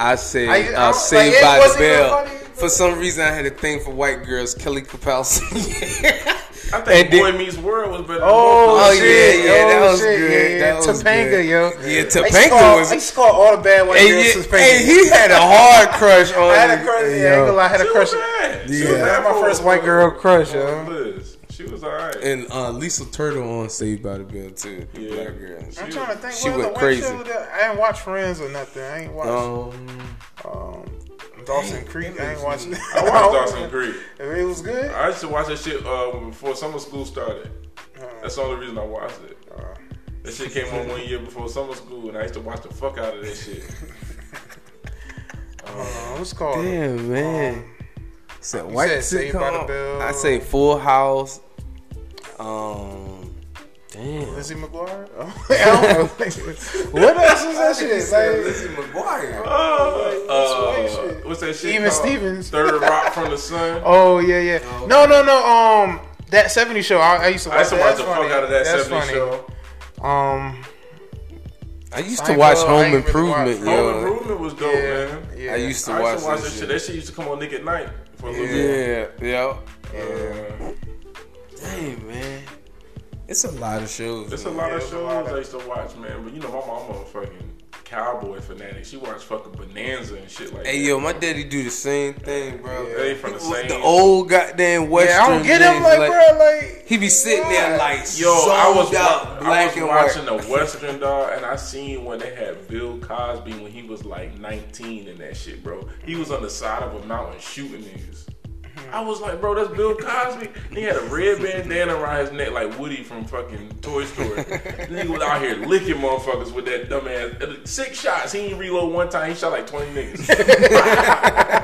I say I- I uh, don't- like, Saved it by the wasn't even Bell. funny, but- For some reason, I had a thing for white girls. Kelly Kapowski. <laughs> I think And then- Boy Meets World was better. Than Oh, Oh, both of yeah, shit. yeah, that Oh, was shit. good. Yeah, That was Topanga, good. yo. Yeah, I used to Topanga call- was- I used to call all the bad white and, girls yeah- Topanga. and he had a hard <laughs> crush on. I had a crush. Yeah, I ain't gonna lie, I had a them. crush. She was bad. She Yeah. was That was bad my for- first white girl crush, yo. Liz. She She was alright. And uh, Lisa Turtle on Saved by the Bell too. The Yeah. black girl. I'm She trying to was- think. she what went other white crazy. show that- I ain't watch Friends or nothing. I ain't watched Um, um, Dawson Creek. I ain't watched. <laughs> I watched Dawson Creek. If it was good. I used to watch that shit uh, before summer school started. Uh-huh. That's the only reason I watched it. Uh, That shit came on one year before summer school, and I used to watch the fuck out of that <laughs> shit. uh, what's it called? damn man. It's a white um, said Saved by the sitcom. Bell. I say Full House. Um, damn. Lizzie McGuire? <laughs> I don't <laughs> know. what else is that shit? Like, McGuire. Oh, That's Uh, white uh, shit. what's that shit? Even called? Stevens. Third Rock from the <laughs> Sun. oh yeah, yeah. No, no, no. Um, that '70s show. I, I used to watch. I used to that. watch the That's funny. fuck out of that That's 70s funny. show. Um, I used to Seinfeld, watch I Home ain't really Improvement, watched Home yo. Improvement was dope, yeah, Oh, man. yeah. I used to I watch, used to watch that this shit. That shit used to come on Nick at Night for a little bit. Yeah, yeah. Uh, Dang, man. It's a lot of shows. There's a man. lot of there's shows a lot of- I used to watch, man. But you know, my mama a fucking cowboy fanatic. She watched fucking Bonanza and shit like Hey that. yo, my daddy do the same thing, bro. They from the He was same- The old goddamn western. yeah I don't get him things, like, bro. Like He be sitting there like Yo, I was, out, wa- black and I was white. watching a Western dog, and I seen when they had Bill Cosby when he was like 19 and that shit, bro. He was on the side of a mountain shooting niggas. Mm-hmm. I was like, bro, that's Bill Cosby. And he had a red bandana around his neck like Woody from fucking Toy <laughs> Story. And he was out here licking motherfuckers with that dumbass. Six shots. He didn't reload one time. He shot like 20 <laughs> niggas.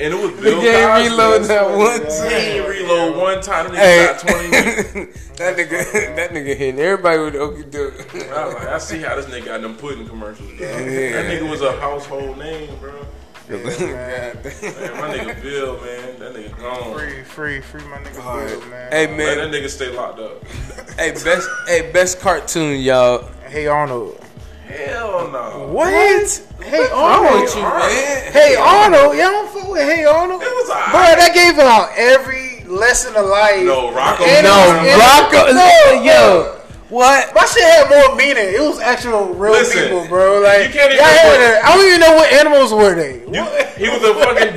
and it was Bill He ain't Cosby. reload that one He time. ain't reload one time. Them niggas Hey, <laughs> shot 20 niggas. that nigga, that nigga hitting everybody with the okie doke. <laughs> I, was like, I see how this nigga got them pudding commercials. Bro. Yeah. That nigga was a household name, bro. <laughs> Man, my nigga Bill, man, that nigga gone. free, free, free my nigga Bill, man. Hey Let man, that nigga stay locked up. hey best, hey best cartoon, y'all. Hey Arnold. Hell no. What? Hey Oh, Wrong Arnold. with you, man? Hey Arnold. Y'all don't fuck with Hey Arnold. It was alright. bro. That gave out every lesson of life. No, Rocco. And No, it was- and it Rocco, was- no, yo, what? My shit had more meaning. It was actual real Listen, people, bro. Like you can't even y'all put- had a- I don't even know what animals were they. You, he was a fucking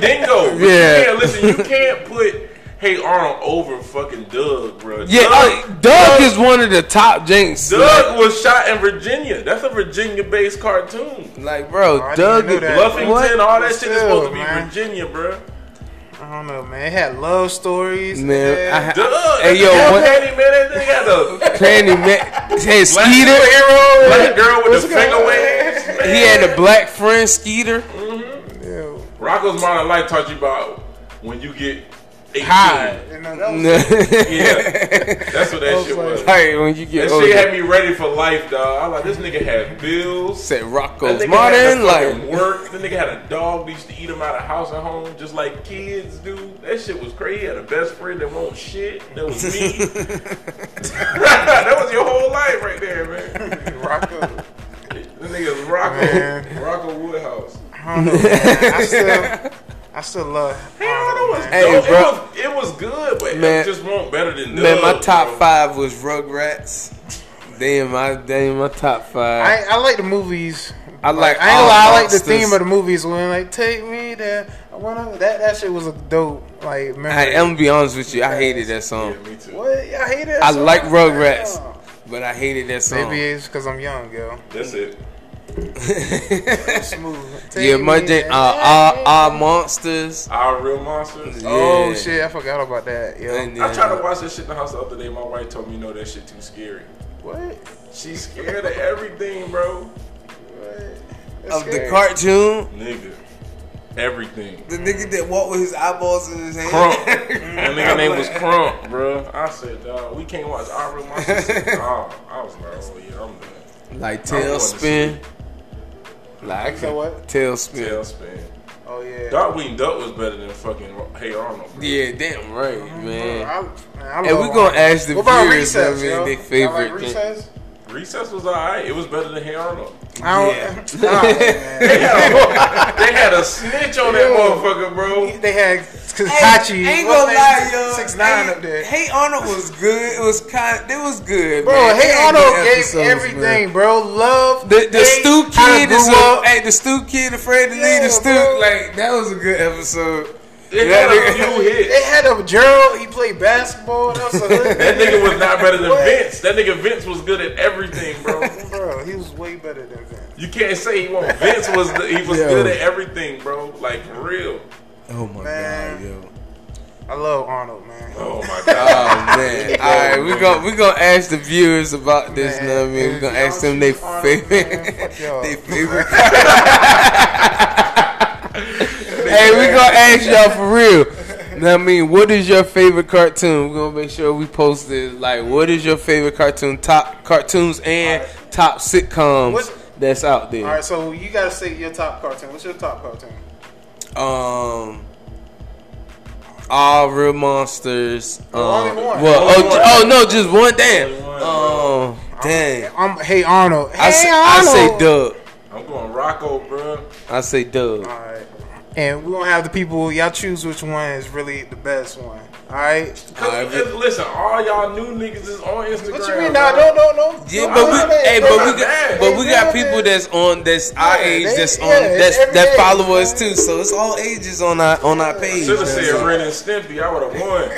<laughs> dingo. Yeah. Yeah. Listen, you can't put Hey Arnold over fucking Doug, bro. Yeah, Doug, uh, Doug, is one of the top jinx. Doug was shot in Virginia. That's a Virginia-based cartoon. Like, Oh, bro, I didn't Doug know is that. Bluffington, oh. what? all that But shit is supposed to still, be man. Virginia, bro. I don't know, man. It had love stories. Man, Yeah. I ha- Doug. Hey, yo, that's a what- Candy, man, that nigga had a Candy man, hey Skeeter, Superhero. <laughs> black girl with What's the going finger on? waves. he man. had a black friend Skeeter. <laughs> Ew. Rocco's Modern Life taught you about when you get 18. High. Oh You know, that was- Hey, <laughs> Yeah, that's what that shit was. That when you get shit older, had me ready for life, dog. I like this nigga had bills. said That Rocco's nigga had modern to fucking life. work. The nigga had a dog. They used to eat him out of house and home, just like kids do. That shit was crazy. He had a best friend that won't shit. That was me. <laughs> <laughs> that was your whole life right <laughs> there, man. Rocco. That nigga's Rocco, Man. Rocco Woodhouse. I don't know, man. I still, I still love. Hell, Arnold, that was man. Hey, dope. bro. It, was, it was good, but Man. it just won't better than Man, my Doug, top bro. five was Rugrats. Damn, my damn, my top five. I, I like the movies. I like I ain't all gonna lie, I like the monsters. theme of the movies when like take me there. I wanna that that shit was a dope like memory. I, am gonna be honest with you, I hated that song. Yeah, me too. what y'all hate it? I like Rugrats, but I hated that song. <laughs> Maybe it's because I'm young, yo. That's it. <laughs> Smooth. yeah, Take my me jam, there. uh, our, our monsters. Our real monsters. Oh Yeah. shit, I forgot about that. Yo, And I tried then- to watch that shit in the house the other day. My wife told me, "No, that shit too scary." what? What? She's scared of everything, bro. That's of the scary. cartoon. Nigga, everything. The nigga that walked with his eyeballs in his hand. Crump. <laughs> That nigga name was Crump, bro. I said, dog, we can't watch our real monsters. <laughs> oh, I was like, oh yeah, I'm done. Like I'm going to tailspin. Like I So what? tailspin. Tailspin. Oh yeah. Darkwing Duck was better than fucking Hey Arnold. Bro. Yeah, damn right, man. I, man, I And love we gonna Arnold. ask the What about viewers, recess? I mean, yo? they Y'all like favorite thing. recess? Recess was alright. It was better than Hey Arnold. I don't. <laughs> <laughs> Yeah. man. They had, they had a snitch on that Yo. motherfucker, bro. They had Kachi. ain't what's gonna his lie, name? yo. Six nine hey, up there. Hey Arnold was good. It was kind. It was good, Bro, man. They hey had Arnold good gave episodes, man. everything, bro. Love The, the hate, Stu how to kid is grow <laughs> a, up. hey the Stu kid afraid to leave Yeah, the Stu bro. like that was a good episode. They Yeah, had a nigga. few hits. They had a Gerald. He played basketball. That, was a hood That nigga was not better than What? Vince. That nigga Vince was good at everything, bro. Bro, he was way better than Vince. You can't say he won't. Vince was the, he was Yo. good at everything, bro. Like for real. Oh my Man. god, yo. I love Arnold, man. Oh my Oh god. man! <laughs> All right, we're gonna we're gonna ask the viewers about this. Oh, Man, know what I mean? We're if gonna y'all ask them their choose Arnold, <laughs> man, favorite, fuck y'all. their <laughs> favorite. hey, we're gonna ask y'all for real. Know what I mean? What is your favorite cartoon? We're gonna make sure we post this. Like, what is your favorite cartoon? Top cartoons and top sitcoms What's- that's out there. All right, so you gotta say your top cartoon. What's your top cartoon? Um, all real monsters. Um, only one. Well, Only oh, one. oh, no, just one. Damn. Only one. Um, dang. I'm Hey Arnold. Hey I say, I say Doug. I'm going Rocco, bro. I say Doug. All right, and we're gonna have the people. Y'all choose which one is really the best one. All right. Cause Alright, li- listen, all y'all new niggas is on Instagram. What you mean? Nah, bro. no, no, no. Yeah, No, but no, we, no, hey, no, but no. we got, but we Yeah, got they- people that's on that's our Yeah, age, they- that's on yeah, it's that's every that age, follow us man. too. So it's all ages on our on our page. Should have man. said Ren and Stimpy. I would <laughs> have won.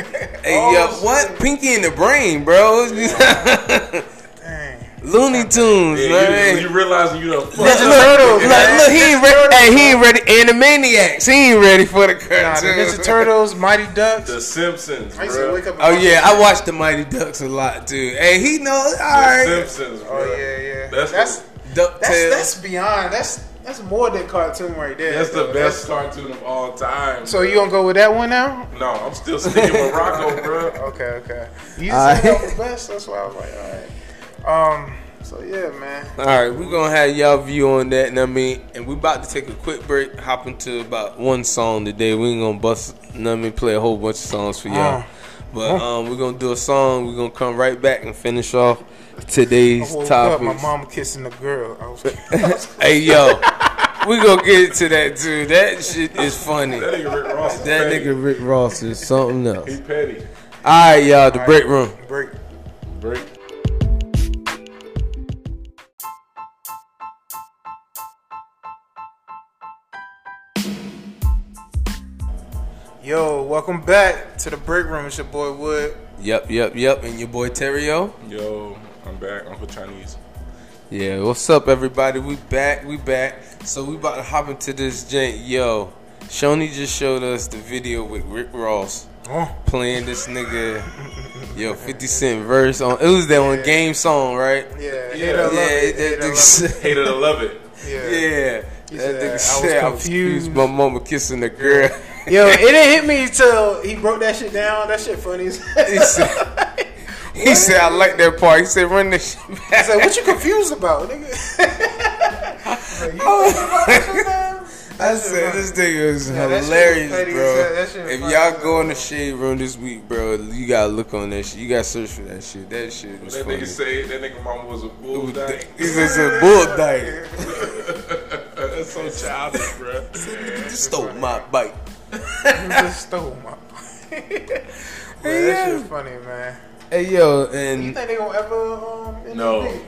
Hey, Oh, yo, shit. what? Pinky in the brain, bro. <laughs> Dang. Looney Tunes, Yeah, man. you, you realizing you done fucked Look, up. look, Turtles, look, man. look, he ain't Ninja ready. Turtles, Hey, he ain't ready. Animaniacs, he ain't ready for the cartoon. Nah, the Ninja Turtles, Mighty Ducks. The Simpsons, I used to bro. wake up. and Oh watch yeah, that. I watched the Mighty Ducks a lot too. Hey, he knows. All The right, Simpsons, bro. Oh yeah, yeah. That's That's that's that's DuckTales. that's, beyond. That's that's more than cartoon right there. that's the though. best cartoon of all time. So you gonna go with that one now? No, I'm still sticking with Rocco, bro. Okay, okay. You All just said right. that the best. That's why I was like, all right. Um. So yeah, man. All right, we're gonna have y'all view on that, and I mean, and we about to take a quick break, hop into about one song today. We ain't gonna bust, you know what I mean, play a whole bunch of songs for y'all, Oh. but um, we're gonna do a song. We're gonna come right back and finish off today's I woke up, my topic. mom kissing a girl. I was Hey yo, we gonna get to that too. That shit is funny. That nigga Rick Ross. Is That petty. nigga Rick Ross is something He else. petty. All right, y'all, the break room. break. Break. Yo, welcome back to the break room. It's your boy Wood. Yep, yep, yep, and your boy Terrio. Yo, I'm back. Uncle Chinese. Yeah, what's up, everybody? We back, we back. So we about to hop into this jank. Yo, Shoni just showed us the video with Rick Ross Oh, playing this nigga, yo, 50 Cent verse on. It was that one game song, right? yeah, yeah, Yeah, yeah. Yeah, that nigga <laughs> said- Hate it or love it. yeah. yeah. He That said, "I nigga was said, I was confused. confused." My mama kissing the girl. Yo, it didn't hit me till he broke that shit down. That shit funny. as hell. <laughs> he said, he said, I like that part. He said, run this shit back. I said, "What you confused about, nigga?" <laughs> Like, you confused about that shit, man? I said this nigga is Yeah, that shit was hilarious, petty as hell. bro. That shit was If funny y'all as go hell. in the shade room this week, bro, you gotta look on that shit. You gotta search for that shit. That shit was That funny. nigga say that nigga mama was a bull dyke. He says <laughs> a bull dyke. <laughs> That's so childish, bro. Just stole my bike. You just stole my. <laughs> Man, that shit funny, man. Hey yo, You think and they gonna ever um? end No. this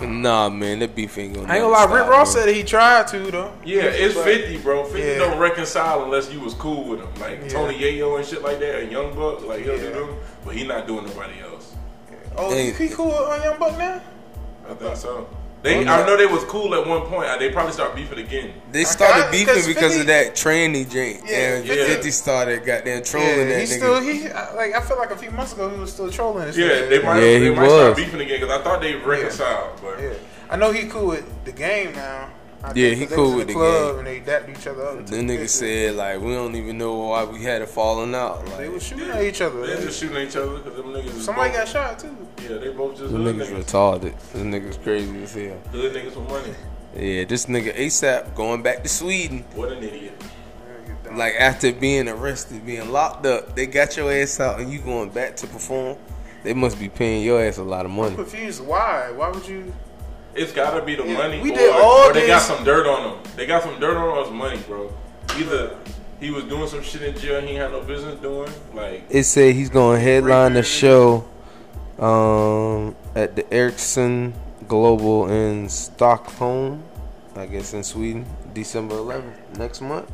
beef? nah, man, that beef ain't gonna. I ain't gonna lie. never Rick stop, Ross bro. said he tried to though. Yeah, it's But- 50, bro. 50 Yeah. don't reconcile unless you was cool with him. Like Yeah. Tony Yayo and shit like that, and Young Buck, like he'll do Yeah. them, but he not doing nobody else. Oh, Hey. he cool on Young Buck now? I think so. They, I know they was cool at one point. They probably start beefing again. They started I- beefing 'cause because 50 of that tranny drink. Yeah, and yeah. 50 started goddamn trolling Yeah, that he's nigga. still he I- like I feel like a few months ago he was still trolling. This Yeah, nigga. they might, Yeah, they he might start was. beefing again because I thought they reconciled, but Yeah, I know he cool with the game now. I Yeah, think he 'cause they cool was in with the club game. And they dapped each other up. and the took nigga pictures. said like we don't even know why we had a falling out. they Like were shooting at each other. they just shooting at each other because them niggas. is Somebody both, got shot too. yeah, they both just the hood niggas niggas, retarded. The niggas crazy as hell. hood niggas with money. Yeah, this nigga ASAP going back to Sweden. What an idiot! Like after being arrested, being locked up, they got your ass out and you going back to perform. They must be paying your ass a lot of money. I'm confused. Why? Why would you? It's gotta be the Yeah, money. we or, did all or they got this- some dirt on him. They got some dirt on us money, bro. Either he was doing some shit in jail he had no business doing, like It said he's going to headline the show um, at the Ericsson Global in Stockholm, I guess in Sweden, December 11th, next month.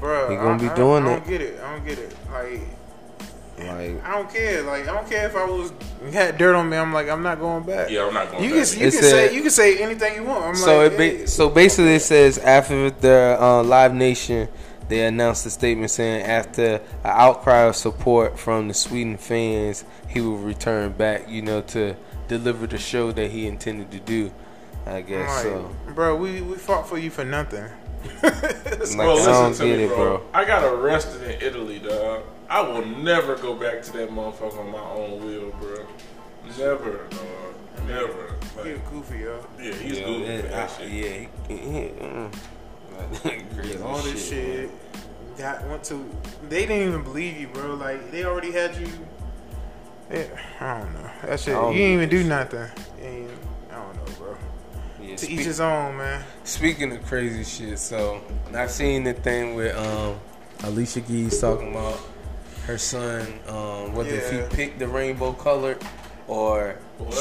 Bruh, He gonna I- be I- doing I it. don't get it. I don't get it. Like Like I don't care. Like I don't care if I was had dirt on me. I'm like I'm not going back. Yeah, I'm not going. You back. can you It can said- say you can say anything you want. I'm so like it hey. ba- so basically it says after the uh, Live Nation they announced a statement saying after an outcry of support from the Sweden fans he will return back you know to deliver the show that he intended to do I I'm guess like, so bro, we we fought for you for nothing. <laughs> Like, I don't get it, bro. I got arrested in Italy, dog. I will never go back to that motherfucker on my own will, bro. Never, dog. Never. you Like, goofy, yo. yeah, he's Yeah, good yeah, for that I- shit. yeah, he- he- mm. <laughs> Crazy All this shit got went to. They didn't even believe you, bro. Like they already had you. They- I don't know. That shit. I You don't didn't even do nothing. And, I don't know, bro. Yeah, To speak- each his own, man. Speaking of crazy shit, so I've seen the thing with um, Alicia Keys talking about her son, um, whether if he Yeah. picked the rainbow color or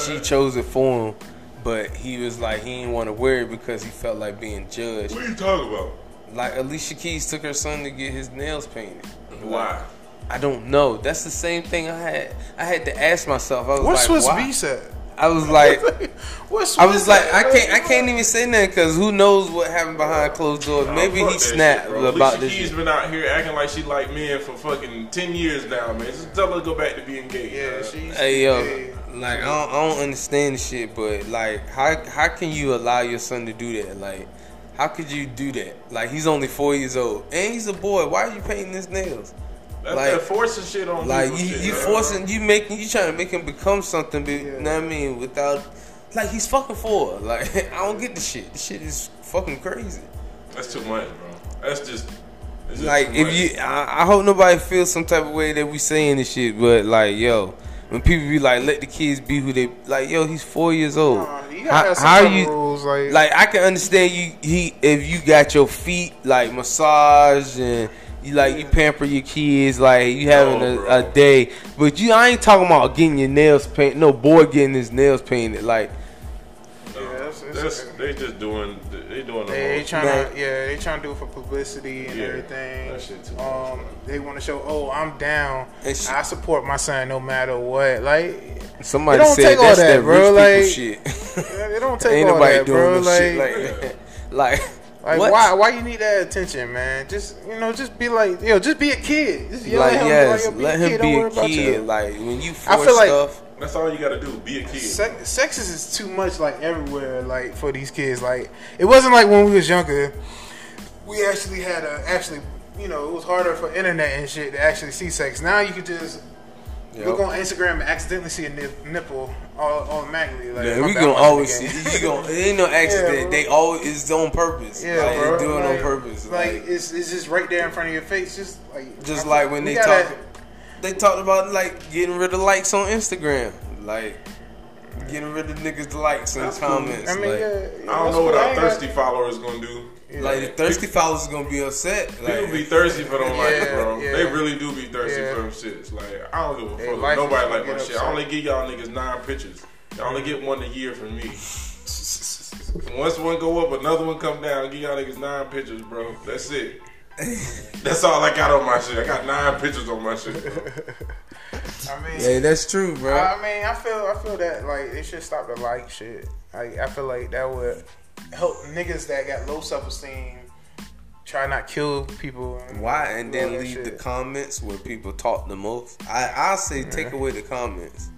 she What? chose it for him, but he was like he didn't want to wear it because he felt like being judged. What are you talking about? Like Alicia Keys took her son to get his nails painted. Why? I don't know. That's the same thing I had. I had to ask myself. I was What like, Swiss why? B said? <laughs> I was like. What's I was like, I can't, I can't even say nothing because who knows what happened behind closed doors. Maybe Fuck he that snapped shit, bro. about Alicia Keys this. been out here acting like she like men for fucking ten years now, man. Just tell her to go back to being gay. Yeah, dog. she. Hey yo, yeah. like I don't, I don't understand the shit, but like, how how can you allow your son to do that? Like, how could you do that? Like, he's only four years old and he's a boy. Why are you painting his nails? That's like- that forcing shit on Like, people you, shit, you dog. forcing, you making, you trying to make him become something. But, Yeah. you know what I mean? Without, like, he's fucking four. Like, <laughs> I don't get the shit. The shit is fucking crazy. That's too much, bro. That's just. it's just Like too if much. you, I, I hope nobody feels some type of way that we saying this shit. But like, yo, when people be like, let the kids be who they like, yo, he's four years old. Nah, you gotta how have some how type of you rules, like- like? I can understand you. He if you got your feet like massaged and. You like you pamper your kids like you having No, a, bro. a day, but you I ain't talking about getting your nails painted. No boy getting his nails painted. Like Yeah, that's- that's- That's, they just doing. They doing the They most. trying Right. to yeah, they trying to do it for publicity and Yeah, everything. that shit too much, um, man. they want to show, oh, I'm down. And she- I support my son no matter what. Like, somebody It don't said, take all that's that, that, bro, rich like- people shit. <laughs> it don't take Ain't all nobody that, doing bro. no Like, shit like that. <laughs> Like, like, what? why? Why you need that attention, man? Just you know, just be like, yo, just be a kid. Just yell Like, at him, like, yes, yo, be let a kid. him don't be worry a about kid. you. Like, when you force I feel like- stuff, That's all you gotta do. Be a kid. Sex, sexist is too much, like everywhere, like for these kids. Like, it wasn't like when we was younger. We actually had a actually, you know, it was harder for internet and shit to actually see sex. Now you could just Yep. Look on Instagram and accidentally see a nip, nipple all, automatically. Like, Man, my we bad, gonna I'm in the always see. game. You gonna it <laughs> ain't no accident. bro. they always it's on purpose. yeah, like, bro. They do it like, on purpose. Like, Like, it's, it's just right there in front of your face. Just like just I- like when we they gotta- talk, they talked about like getting rid of likes on Instagram. Like, getting rid of niggas likes and That's cool. comments. I mean, like, yeah, I don't know what our thirsty followers gonna do. like the thirsty followers is gonna be upset. People Like, be thirsty for them likes, Yeah, bro. yeah. They really do be thirsty Yeah. for them shits. Like I don't give a They fuck. life is Nobody gonna like my get shit. I upset. only give y'all niggas nine pictures. Y'all only get one a year from me. Once one go up, another one come down. Give y'all niggas nine pictures, bro. That's it. That's all I got on my shit. I got nine pictures on my shit. Bro. I mean, yeah, that's true, bro. I mean, I feel, I feel that like they should stop the like shit. Like, I feel like that would help niggas that got low self esteem try not kill people. Why and all then that leave the shit. comments where people talk the most? I I say take away the comments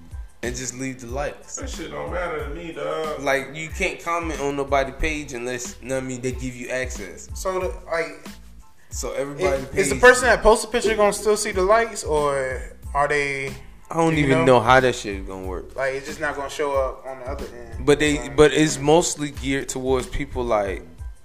and just leave the likes. That shit don't matter to me, dog. Like you can't comment on nobody's page unless you know what I mean they give you access. So, the, like, So everybody It- Is the person that posted the picture gonna still see the likes, or are they I don't you even know? know? how that shit is gonna work. like it's just not gonna show up on the other end? But they but it's mostly geared towards people like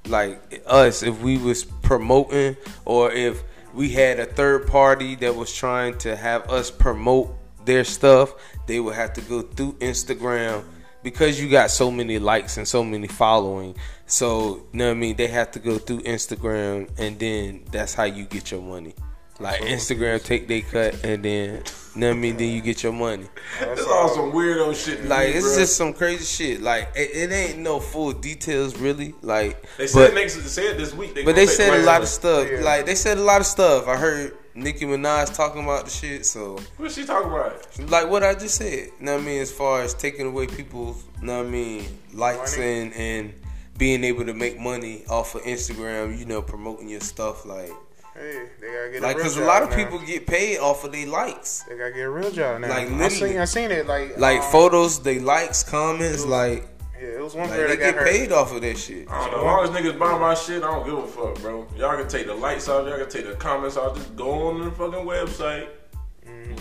like us if we was promoting or if we had a third party that was trying to have us promote their stuff, they would have to go through Instagram because you got so many likes and so many following. So, you know what I mean, they have to go through Instagram and then that's how you get your money. Like Instagram take they cut and then know what I mean? Then you get your money. That's all some weirdo shit. to Like me, it's bro. just some crazy shit. Like it, it ain't no full details really. Like They said but, next. They said this week. They but they said a lot of stuff. Yeah. Like they said a lot of stuff. I heard Nicki Minaj talking about the shit. So What's she talking about? like what I just said. Know what I mean? As far as taking away people's, know what I mean, likes Money. and and being able to make money off of Instagram. You know, promoting your stuff. Like Hey, they gotta get a like real because a job lot of now. people get paid off of their likes. They gotta get a real job now. Like, I literally. seen, I seen it. Like, Like um, photos, they likes, comments, like, Yeah, it was one like girl they that got get her. paid off of that shit. I don't know. As long as niggas buy my shit, I don't give a fuck, bro. Y'all can take the lights off. Y'all can take the comments off. Just go on the fucking website,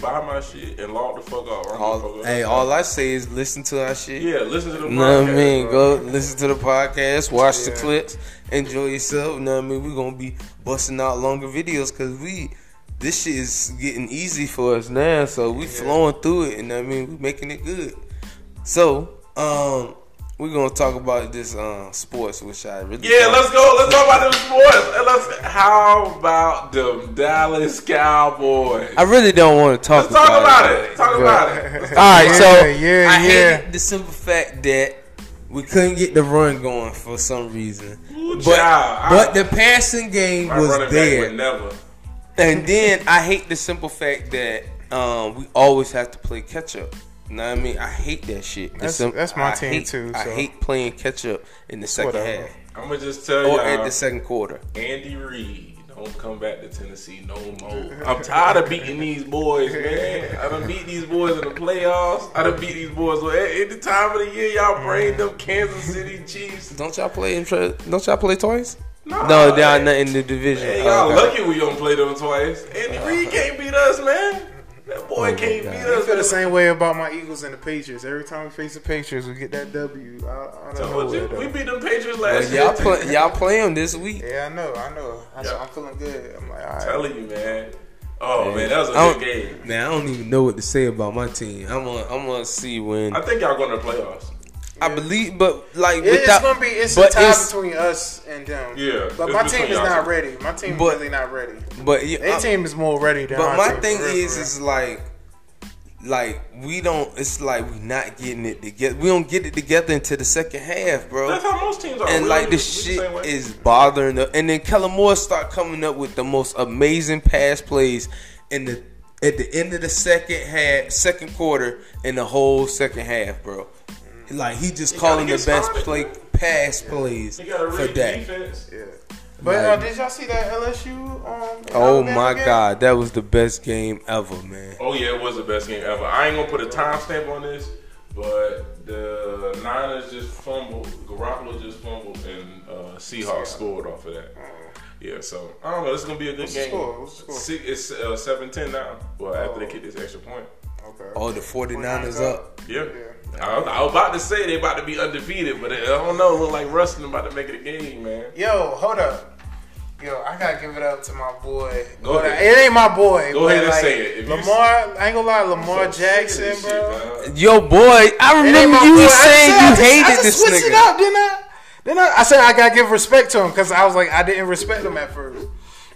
buy my shit, and log the fuck off. I don't give a All, fuck. hey, all I say is listen to our shit. Oh, yeah, listen to the. You know what I podcast, mean? bro. Go listen to the podcast, watch the Yeah. clips, enjoy yourself. You know what I mean? We're gonna be busting out longer videos because we this shit is getting easy for us now, so we flowing through it. You know what I mean? We making it good. So, um, we're gonna talk about this um sports, which I really Yeah, thought- let's go. Let's talk about them sports. And let's. How about them Dallas Cowboys? I really don't want to talk. Let's talk about it. Talk but- about it. All Let's- right, Yeah, so yeah, I yeah. hated the simple fact that we couldn't get the run going for some reason, Ooh, but child. but I- the passing game My running was back would there. never. And then I hate the simple fact that um, we always have to play catch up. You know what I mean? I hate that shit. The That's- that's my I team hate- too, I so. hate playing catch up in the second whatever. half I'm gonna just tell or you. at the second quarter. Andy Reid, don't come back to Tennessee no more. I'm tired of beating these boys, man. I done beat these boys in the playoffs. I done beat these boys. Well, at any time of the year, y'all bring them Kansas City Chiefs. Don't y'all play? in tra- Don't y'all play twice? Nah, no, they are man. not in the division. Ah, Hey, y'all Okay. lucky we don't play them twice. Andy Reid can't beat us, man. That boy Oh my can't God. beat I us. feel man. the same way about my Eagles and the Patriots. Every time we face the Patriots, we get that W. I, I I don't know told you, what we though. beat them Patriots Well, last year. y'all play. Y'all play them this week. Yeah, I know, I know. I, Yeah. I'm feeling good. I'm like, all right. I'm telling you, man. Oh man, that was a I good don't- game. Man, I don't even know what to say about my team. I'm gonna, I'm gonna see when I I, think y'all going to the playoffs. believe, but like It- it's without, gonna be it's a but tie it's- between us and them. Yeah, but it's my between team is y'all not two. ready. My team But- is really not ready. but yeah, Their I- team is more ready than. but our my team, thing for real, is, for real. is like, like we don't. It's like we not getting it together. We don't get it together until the second half, bro. <laughs> That's how most teams are. and We like the the same shit way. is bothering the and then Kellen Moore start coming up with the most amazing pass plays in the at the end of the second half second quarter and the whole second half, bro. Mm. Like he just gotta calling the get best started, play man. pass plays You got a for really that. defense. yeah. But uh, Like- did y'all see that LSU? Um, Oh Alabama my game? god, that was the best game ever, man. Oh yeah, it was the best game ever. I ain't gonna put a timestamp on this, but the Niners just fumbled, Garoppolo just fumbled, and uh, Seahawks scored off of that. Yeah, so I don't know. This is gonna be a Mm-hmm. good What's the game. score? What's the score? Six, it's uh, seven ten now. Well, after they Oh. kick this extra point. Okay. Oh, the 49ers up. Yeah. Yeah. I, was, I was about to say they about to be undefeated, but I don't know. Look like Rustin about to make it a game, man. Yo, hold up. Yo, I gotta give it up to my boy. Go But, uh, ahead. It ain't my boy. Go but, ahead and like, say it. If you- Lamar, I ain't gonna lie, Lamar So sick of Jackson, this shit, bro. dog. Yo, boy, I It ain't remember my you boy. I saying said- I you just- I hated just this switched it nigga. up, didn't I? Then I, I said I gotta give respect to him because I was like I didn't respect him at first.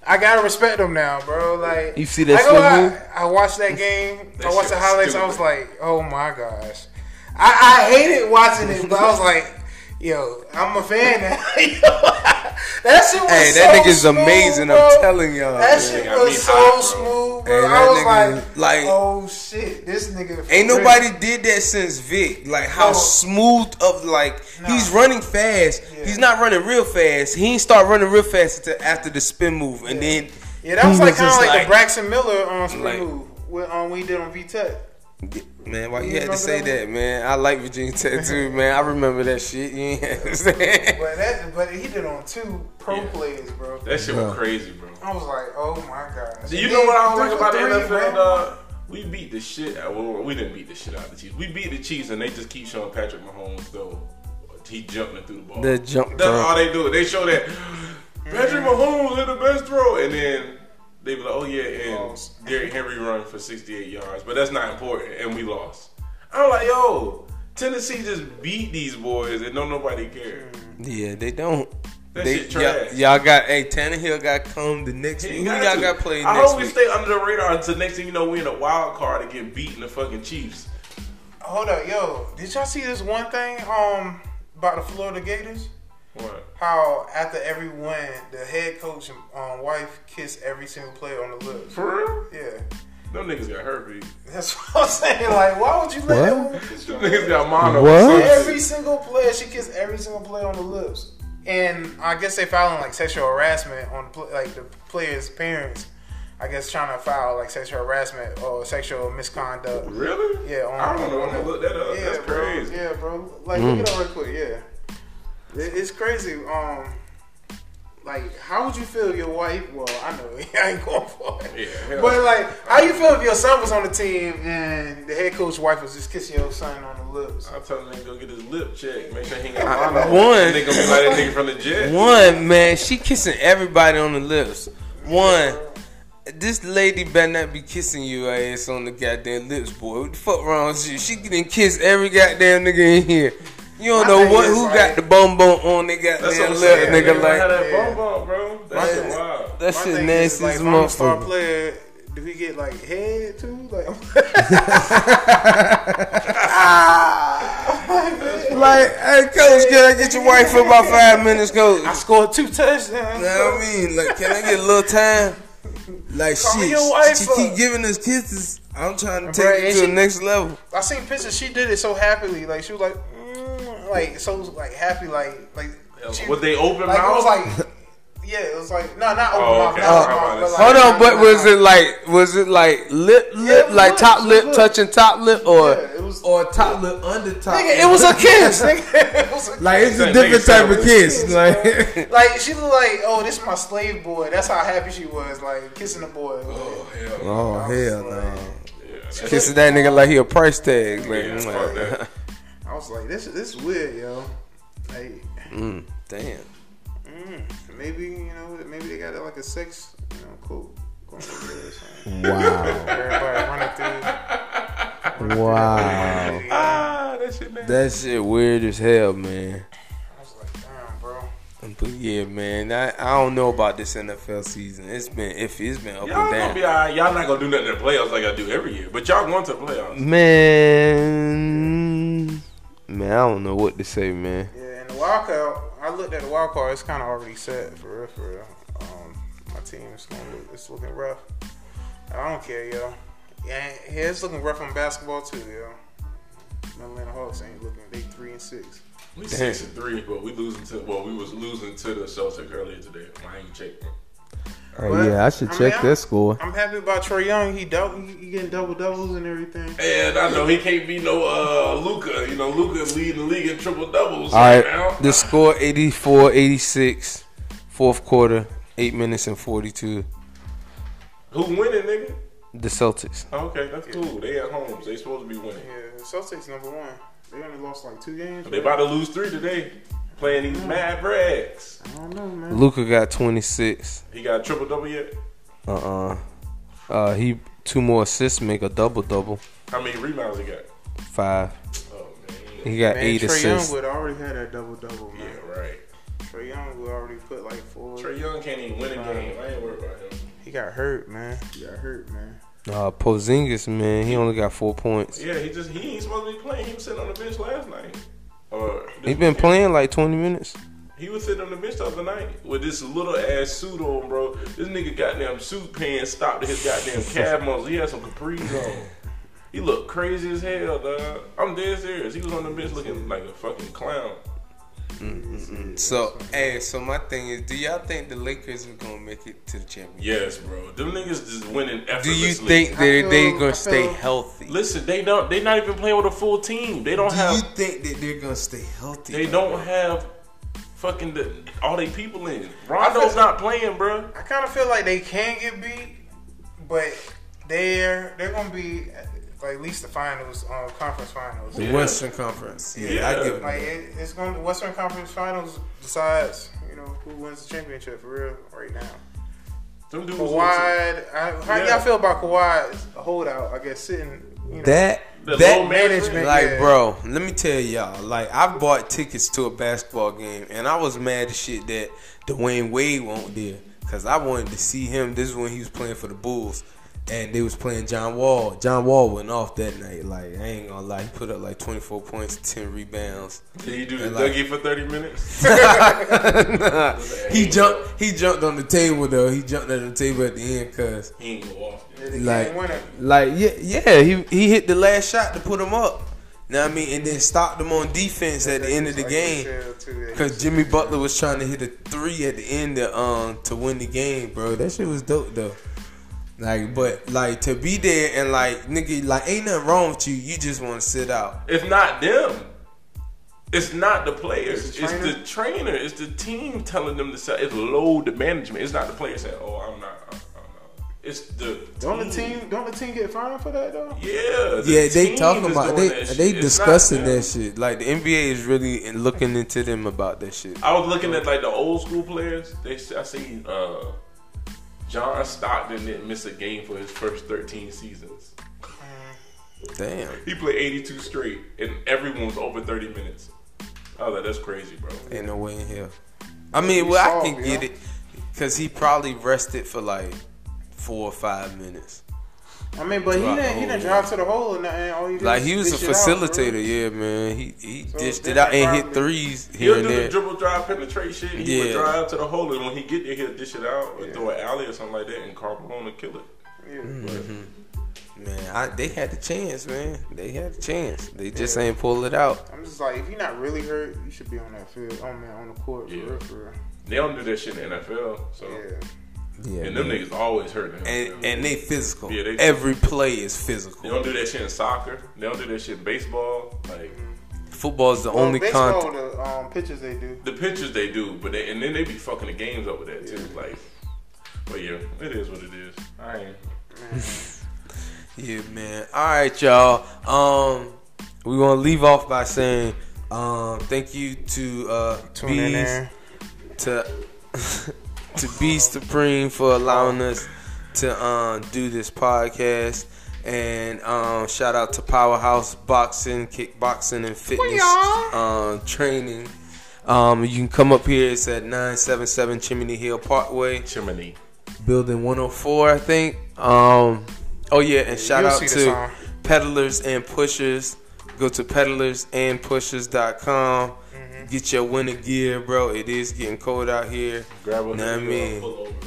I gotta respect him now, bro. Like You see that I ain't gonna slow lie, move? I watched that game. That I watched shit the was highlights. I stupid. was like, oh my gosh. I, I hated watching it, but I was like, yo, I'm a fan now. <laughs> that shit was Hey, that so nigga's smooth, amazing, bro. I'm telling y'all. That man. shit I mean, was so hot, bro. smooth, bro. Hey, that I was like, nigga, like- oh shit, this nigga. for Ain't real. nobody did that since Vic. Like how No. smooth of like Oh. Nah. he's running fast. Yeah. He's not running real fast. He ain't start running real fast until after the spin move, and then Yeah, that was he like kind of just like, the Braxton Miller on spring like- move with, um, we did on V Tech. Man, why you, You had to remember say that that, man? I like Virginia Tech <laughs> too, man. I remember that shit. You ain't had to say But that, but he did on two pro Yeah. plays, bro. That shit Bro. was crazy, bro. I was like, oh my god. Do you know what I don't Three for like about the three, bro. NFL? Dog? We beat the shit. Out, well, we didn't beat the shit out of the Chiefs. We beat the Chiefs, and they just keep showing Patrick Mahomes though. He jumping through the ball. The jump That's throw. all they do. They show that <gasps> Patrick Mahomes hit the best throw, and then they be like, "Oh yeah," and Lost. Derrick Henry run for 68 yards, but that's not important, and we lost. I'm like, yo, Tennessee just beat these boys, and don't nobody care. Yeah, they don't. That They, shit trash. y'all, y'all got hey Tannehill got come the next He week. Who got y'all to. got played I next hope we week? stay under the radar until next thing you know we in a wild card and get beat in the fucking Chiefs. Hold up, yo. Did y'all see this one thing um about the Florida Gators? What? How after every win, the head coach and um, wife kiss every single player on the lips. For real? Yeah, Them niggas got herpes. that's <laughs> what I'm saying. Like, why would you let What? that woman <laughs> kiss Them your niggas lips? got mono. What? Every single player, she kissed every single player on the lips. And I guess they filing like sexual harassment on the pl- like the players' parents. I guess trying to file like sexual harassment or sexual misconduct. Really? Yeah, on, I don't know. I'm on- gonna look that up. Yeah, That's bro. crazy. Yeah, bro. Like, look it up real quick. Yeah, It- it's crazy. Um, like, how would you feel if your wife? Well, I know <laughs> I ain't going for it. Yeah, hell. But like, how you feel if your son was on the team and the head coach wife was just kissing your son on the lips? I tell them to go get his lip checked. Make sure he ain't I- got mono. one. That nigga gonna be like that nigga from the jet. One man, she kissing everybody on the lips. One, this lady better not be kissing you ass on the goddamn lips, boy. What the fuck wrong with you? She getting kissed every goddamn nigga in here. You don't My know thing what is, who like- got the bum bum on their goddamn That's what I'm lip, saying. nigga. Nigga Like had that Yeah. bum bum, bro. That shit wild. that My shit thing nasty is, like, as if I'm a star motherfucker. player. Do we get like head too? Like, <laughs> Like, hey, coach, can I get your wife for <laughs> about five minutes, coach? I scored two touchdowns. You know what I mean? Like, can I get a little time? Like, Call she, your wife she up. keep giving us kisses. I'm trying to take Bruh, it and to she- the next level. I seen pictures. She did it so happily. Like she was like, mm, like so like happy. Like like she, With they open like it mouth? was like yeah, it was like no, not open Oh, mouth. okay. Not Oh, open mouth, I Hold like- on, but was it like was it like lip lip it was like lip, top it was lip, lip. touching top lip or Yeah, it was- or top lip under top? <laughs> Nigga, it was a kiss. <laughs> Nigga, <laughs> it was a like it's a Nigga, different nigga, type it of was kiss. kiss, Like Like she looked like, oh, this is my slave boy. That's how happy she was, like kissing the boy. oh, hell. no. <laughs> oh hell no, Yeah, that- kissing that nigga like he a price tag. Like, Yeah, I'm fuck like, that. I was like, this this is weird, yo. Like <laughs> mm, damn. mm, maybe you know maybe they got like a sex you know cool. Going over there or something. <laughs> Wow. Everybody running through. uh, wow. Ah, that shit, man. That shit weird as hell, man. I was like, damn, bro. But yeah, man, I, I don't know about this NFL season. It's been iffy. It's been up Y'all gonna and be down. alright. Y'all not gonna do nothing in the playoffs like I do every year. But y'all going to the playoffs. Man, man, I don't know what to say, man. Yeah, and the wild card. I looked at the wild card. It's kind of already set for real, for real. Um, my team is going. to It's looking rough. I don't care, yo. Yeah, yeah, it's looking rough on basketball too, yo. The Atlanta Hawks ain't looking. They three and six. We six and three, but we losing to well, we was losing to the Celtics earlier today. I ain't checking. But, Oh, yeah, I should I mean, check I- their score. I'm happy about Trey Young. He double. He he getting double doubles and everything. And I know he can't be no uh Luca. You know, Luca leading the league in triple doubles All right, right, now. the score 84 86, fourth quarter, 8 minutes and 42. Who winning, nigga? The Celtics. Okay, that's cool. They at home. They supposed to be winning. Yeah, Celtics number one. They only lost like two games. They about to lose three today. Playing these Mavericks. I don't know, man. Luca got 26. He got triple double yet? Uh uh Uh, he two more assists, make a double double. How many rebounds he got? Five. Oh man. He got Man, eight Trey Young assists. would already had that double double, man. Yeah, right. Trey Young would already put like four. Trey Young can't even win a game. I ain't worried about him. He got hurt, man. He got hurt, man. Uh, Porzingis, man, he only got four points. Yeah, he just he ain't supposed to be playing. He was sitting on the bench last night. Or He been playing. playing like 20 minutes. He was sitting on the bench the other night with this little ass suit on, bro. This nigga goddamn suit pants stopped at his goddamn <laughs> calf muscles. He had some capris on. He looked crazy as hell, dog. I'm dead serious. He was on the bench looking like a fucking clown. So, hey, so my thing is, do y'all think the Lakers are gonna make it to the championship? Yes, bro. Them niggas just winning Do effortlessly. you think they I they feel- gonna I stay feel- healthy? Listen, they don't. They not even playing with a full team. They don't Do have. you think that they're gonna stay healthy? they though? don't have. Fucking the, all they people in. Rondo's not playing, bro. I kind of feel like they can get beat, but they're they're gonna be like at least the finals, um, conference finals. The Yeah. Western Conference. Yeah, Yeah. I give Like it. it, it's going to Western Conference Finals decides you know who wins the championship for real right now. Them dudes. Kawhi, I, how Yeah. y'all feel about Kawhi's holdout? I guess sitting You know, That The that low management, like yeah. bro, let me tell y'all. Like I bought tickets to a basketball game, and I was mad as shit that Dwayne Wade won't there because I wanted to see him. This is when he was playing for the Bulls, and they was playing John Wall. John Wall went off that night. Like I ain't gonna lie, he put up like twenty four points, ten rebounds. Did he do the And like- <laughs> Dougie for 30 minutes? Nah, he jumped. He jumped on the table though. He jumped on the table at the end because He ain't go off. there. they're the game like- winner. Like yeah, yeah, he he hit the last shot to put him up. Know what I mean, and then stopped him on defense at the end of the Like game Michelle, too, yeah. because Jimmy Butler was trying to hit a three at the end to, um to win the game, bro. That shit was dope though. Like, but like to be there and like nigga, like ain't nothing wrong with you. You just want to sit out. It's not them. It's not the players. It's It's the the, trainer. trainer. It's the team telling them to sell. It's load the management. It's not the players saying, "Oh, I'm not." I'm, I'm not. It's the Don't the team don't the team get fined for that though? Yeah, the Yeah, they team talking is about doing they that shit. they It's not discussing them. that shit. Like the NBA is really in- looking into them about that shit. I was looking at like the old school players. They s- I see uh, John Stockton didn't miss a game for his first 13 seasons. Damn. He played 82 straight, and everyone was over 30 minutes. I was like, "That's crazy, bro." Ain't no way in hell. I mean, well, I solved, can get yeah. it because he probably rested for like four or five minutes. I mean, but he didn't Throughout the he whole didn't drive to the hole or nothing. All he did Like was he was a dish it out, bro. facilitator, yeah, man. He he So dished then it out they and hit probably- threes He'll here do and the there. dribble drive penetration. He would Yeah. drive to the hole, and when he get there, he'll dish it out or Yeah. throw an alley or something like that, and Carl Malone will kill it. Yeah. Man, I, they had the chance, man. They had the chance. They just ain't pull it out. I'm just like, if you're not really hurt, you should be on that field. Oh man, on the court for Yeah. real, for real. They don't do that shit in the NFL. So Yeah. Yeah, and them man. niggas always hurt. and and they physical. Yeah, they- Every play is they physical. don't do that shit in soccer. They don't do that shit in baseball. Like Football is the Well, only baseball, content. the um, pitches they do. the pictures they do, but they, and then they be fucking the games up with that too. Yeah. Like, but yeah, it is what it is. I ain't. Yeah, man. All right, y'all. Um, we're gonna leave off by saying, um, thank you to uh, Tune in Beast there. to <laughs> to Beast Supreme for allowing us to um do this podcast. And um, shout out to Powerhouse Boxing, Kickboxing, and Fitness um, Training. Um, you can come up here. It's at 977 Chimney Hill Parkway, Chimney. Building 104, I think. Um, oh yeah, and shout You'll out see the to sign. peddlers and pushers. Go to peddlersandpushers.com. Mm-hmm. Get your winter gear, bro. It is getting cold out here. Grab Know a what I mean?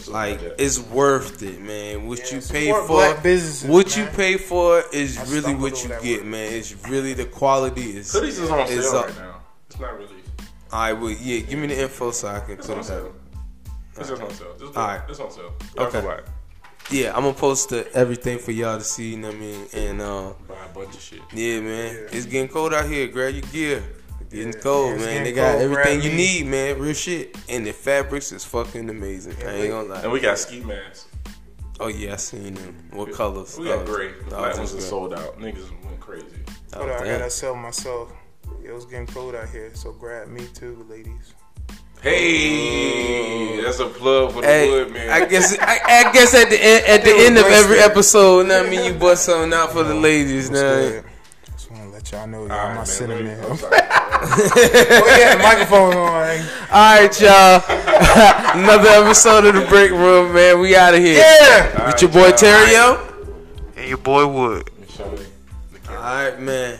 Like that. it's worth it, man. What Yeah, you pay support for, black businesses, what man. you pay for is I really stumbled what over you that get, word. man. It's really the quality is. hoodies is on is sale up. right now. It's not really. I would, yeah. Give me the info so I can It's put on it out. sale. It's just on sale. Just All right. It's on sale. Okay. Y'all can buy it. Yeah, I'm gonna post the, everything for y'all to see. You know what I mean? And uh, Buy a bunch of shit. Yeah, man. Yeah. It's getting cold out here. Grab your gear. It's getting Yeah, cold, it's getting man. they got cold. Grab everything me. you need, man. Real shit. And the fabrics is fucking amazing. I ain't gonna lie. And we got ski masks. Oh yeah, I seen them. What colors? We got Oh, gray. The oh, black ones are that's sold out. Niggas went crazy. good. Oh, Hold on, I damn. gotta sell myself. It was getting cold out here, so grab me too, ladies. Hey, that's a plug for the wood, Hey, man. I guess I, I guess at the end, at the They end of were every busted. episode, know what I mean you bust something out for the ladies, What's now. good? Just wanna let y'all know y'all All my right, man, cinnamon. I'm sorry. oh yeah, microphone on. All right, y'all. <laughs> Another episode of the Break Room, man. We out of here. Yeah. With your boy Terrio. And your boy Wood. Shout out. All right, man.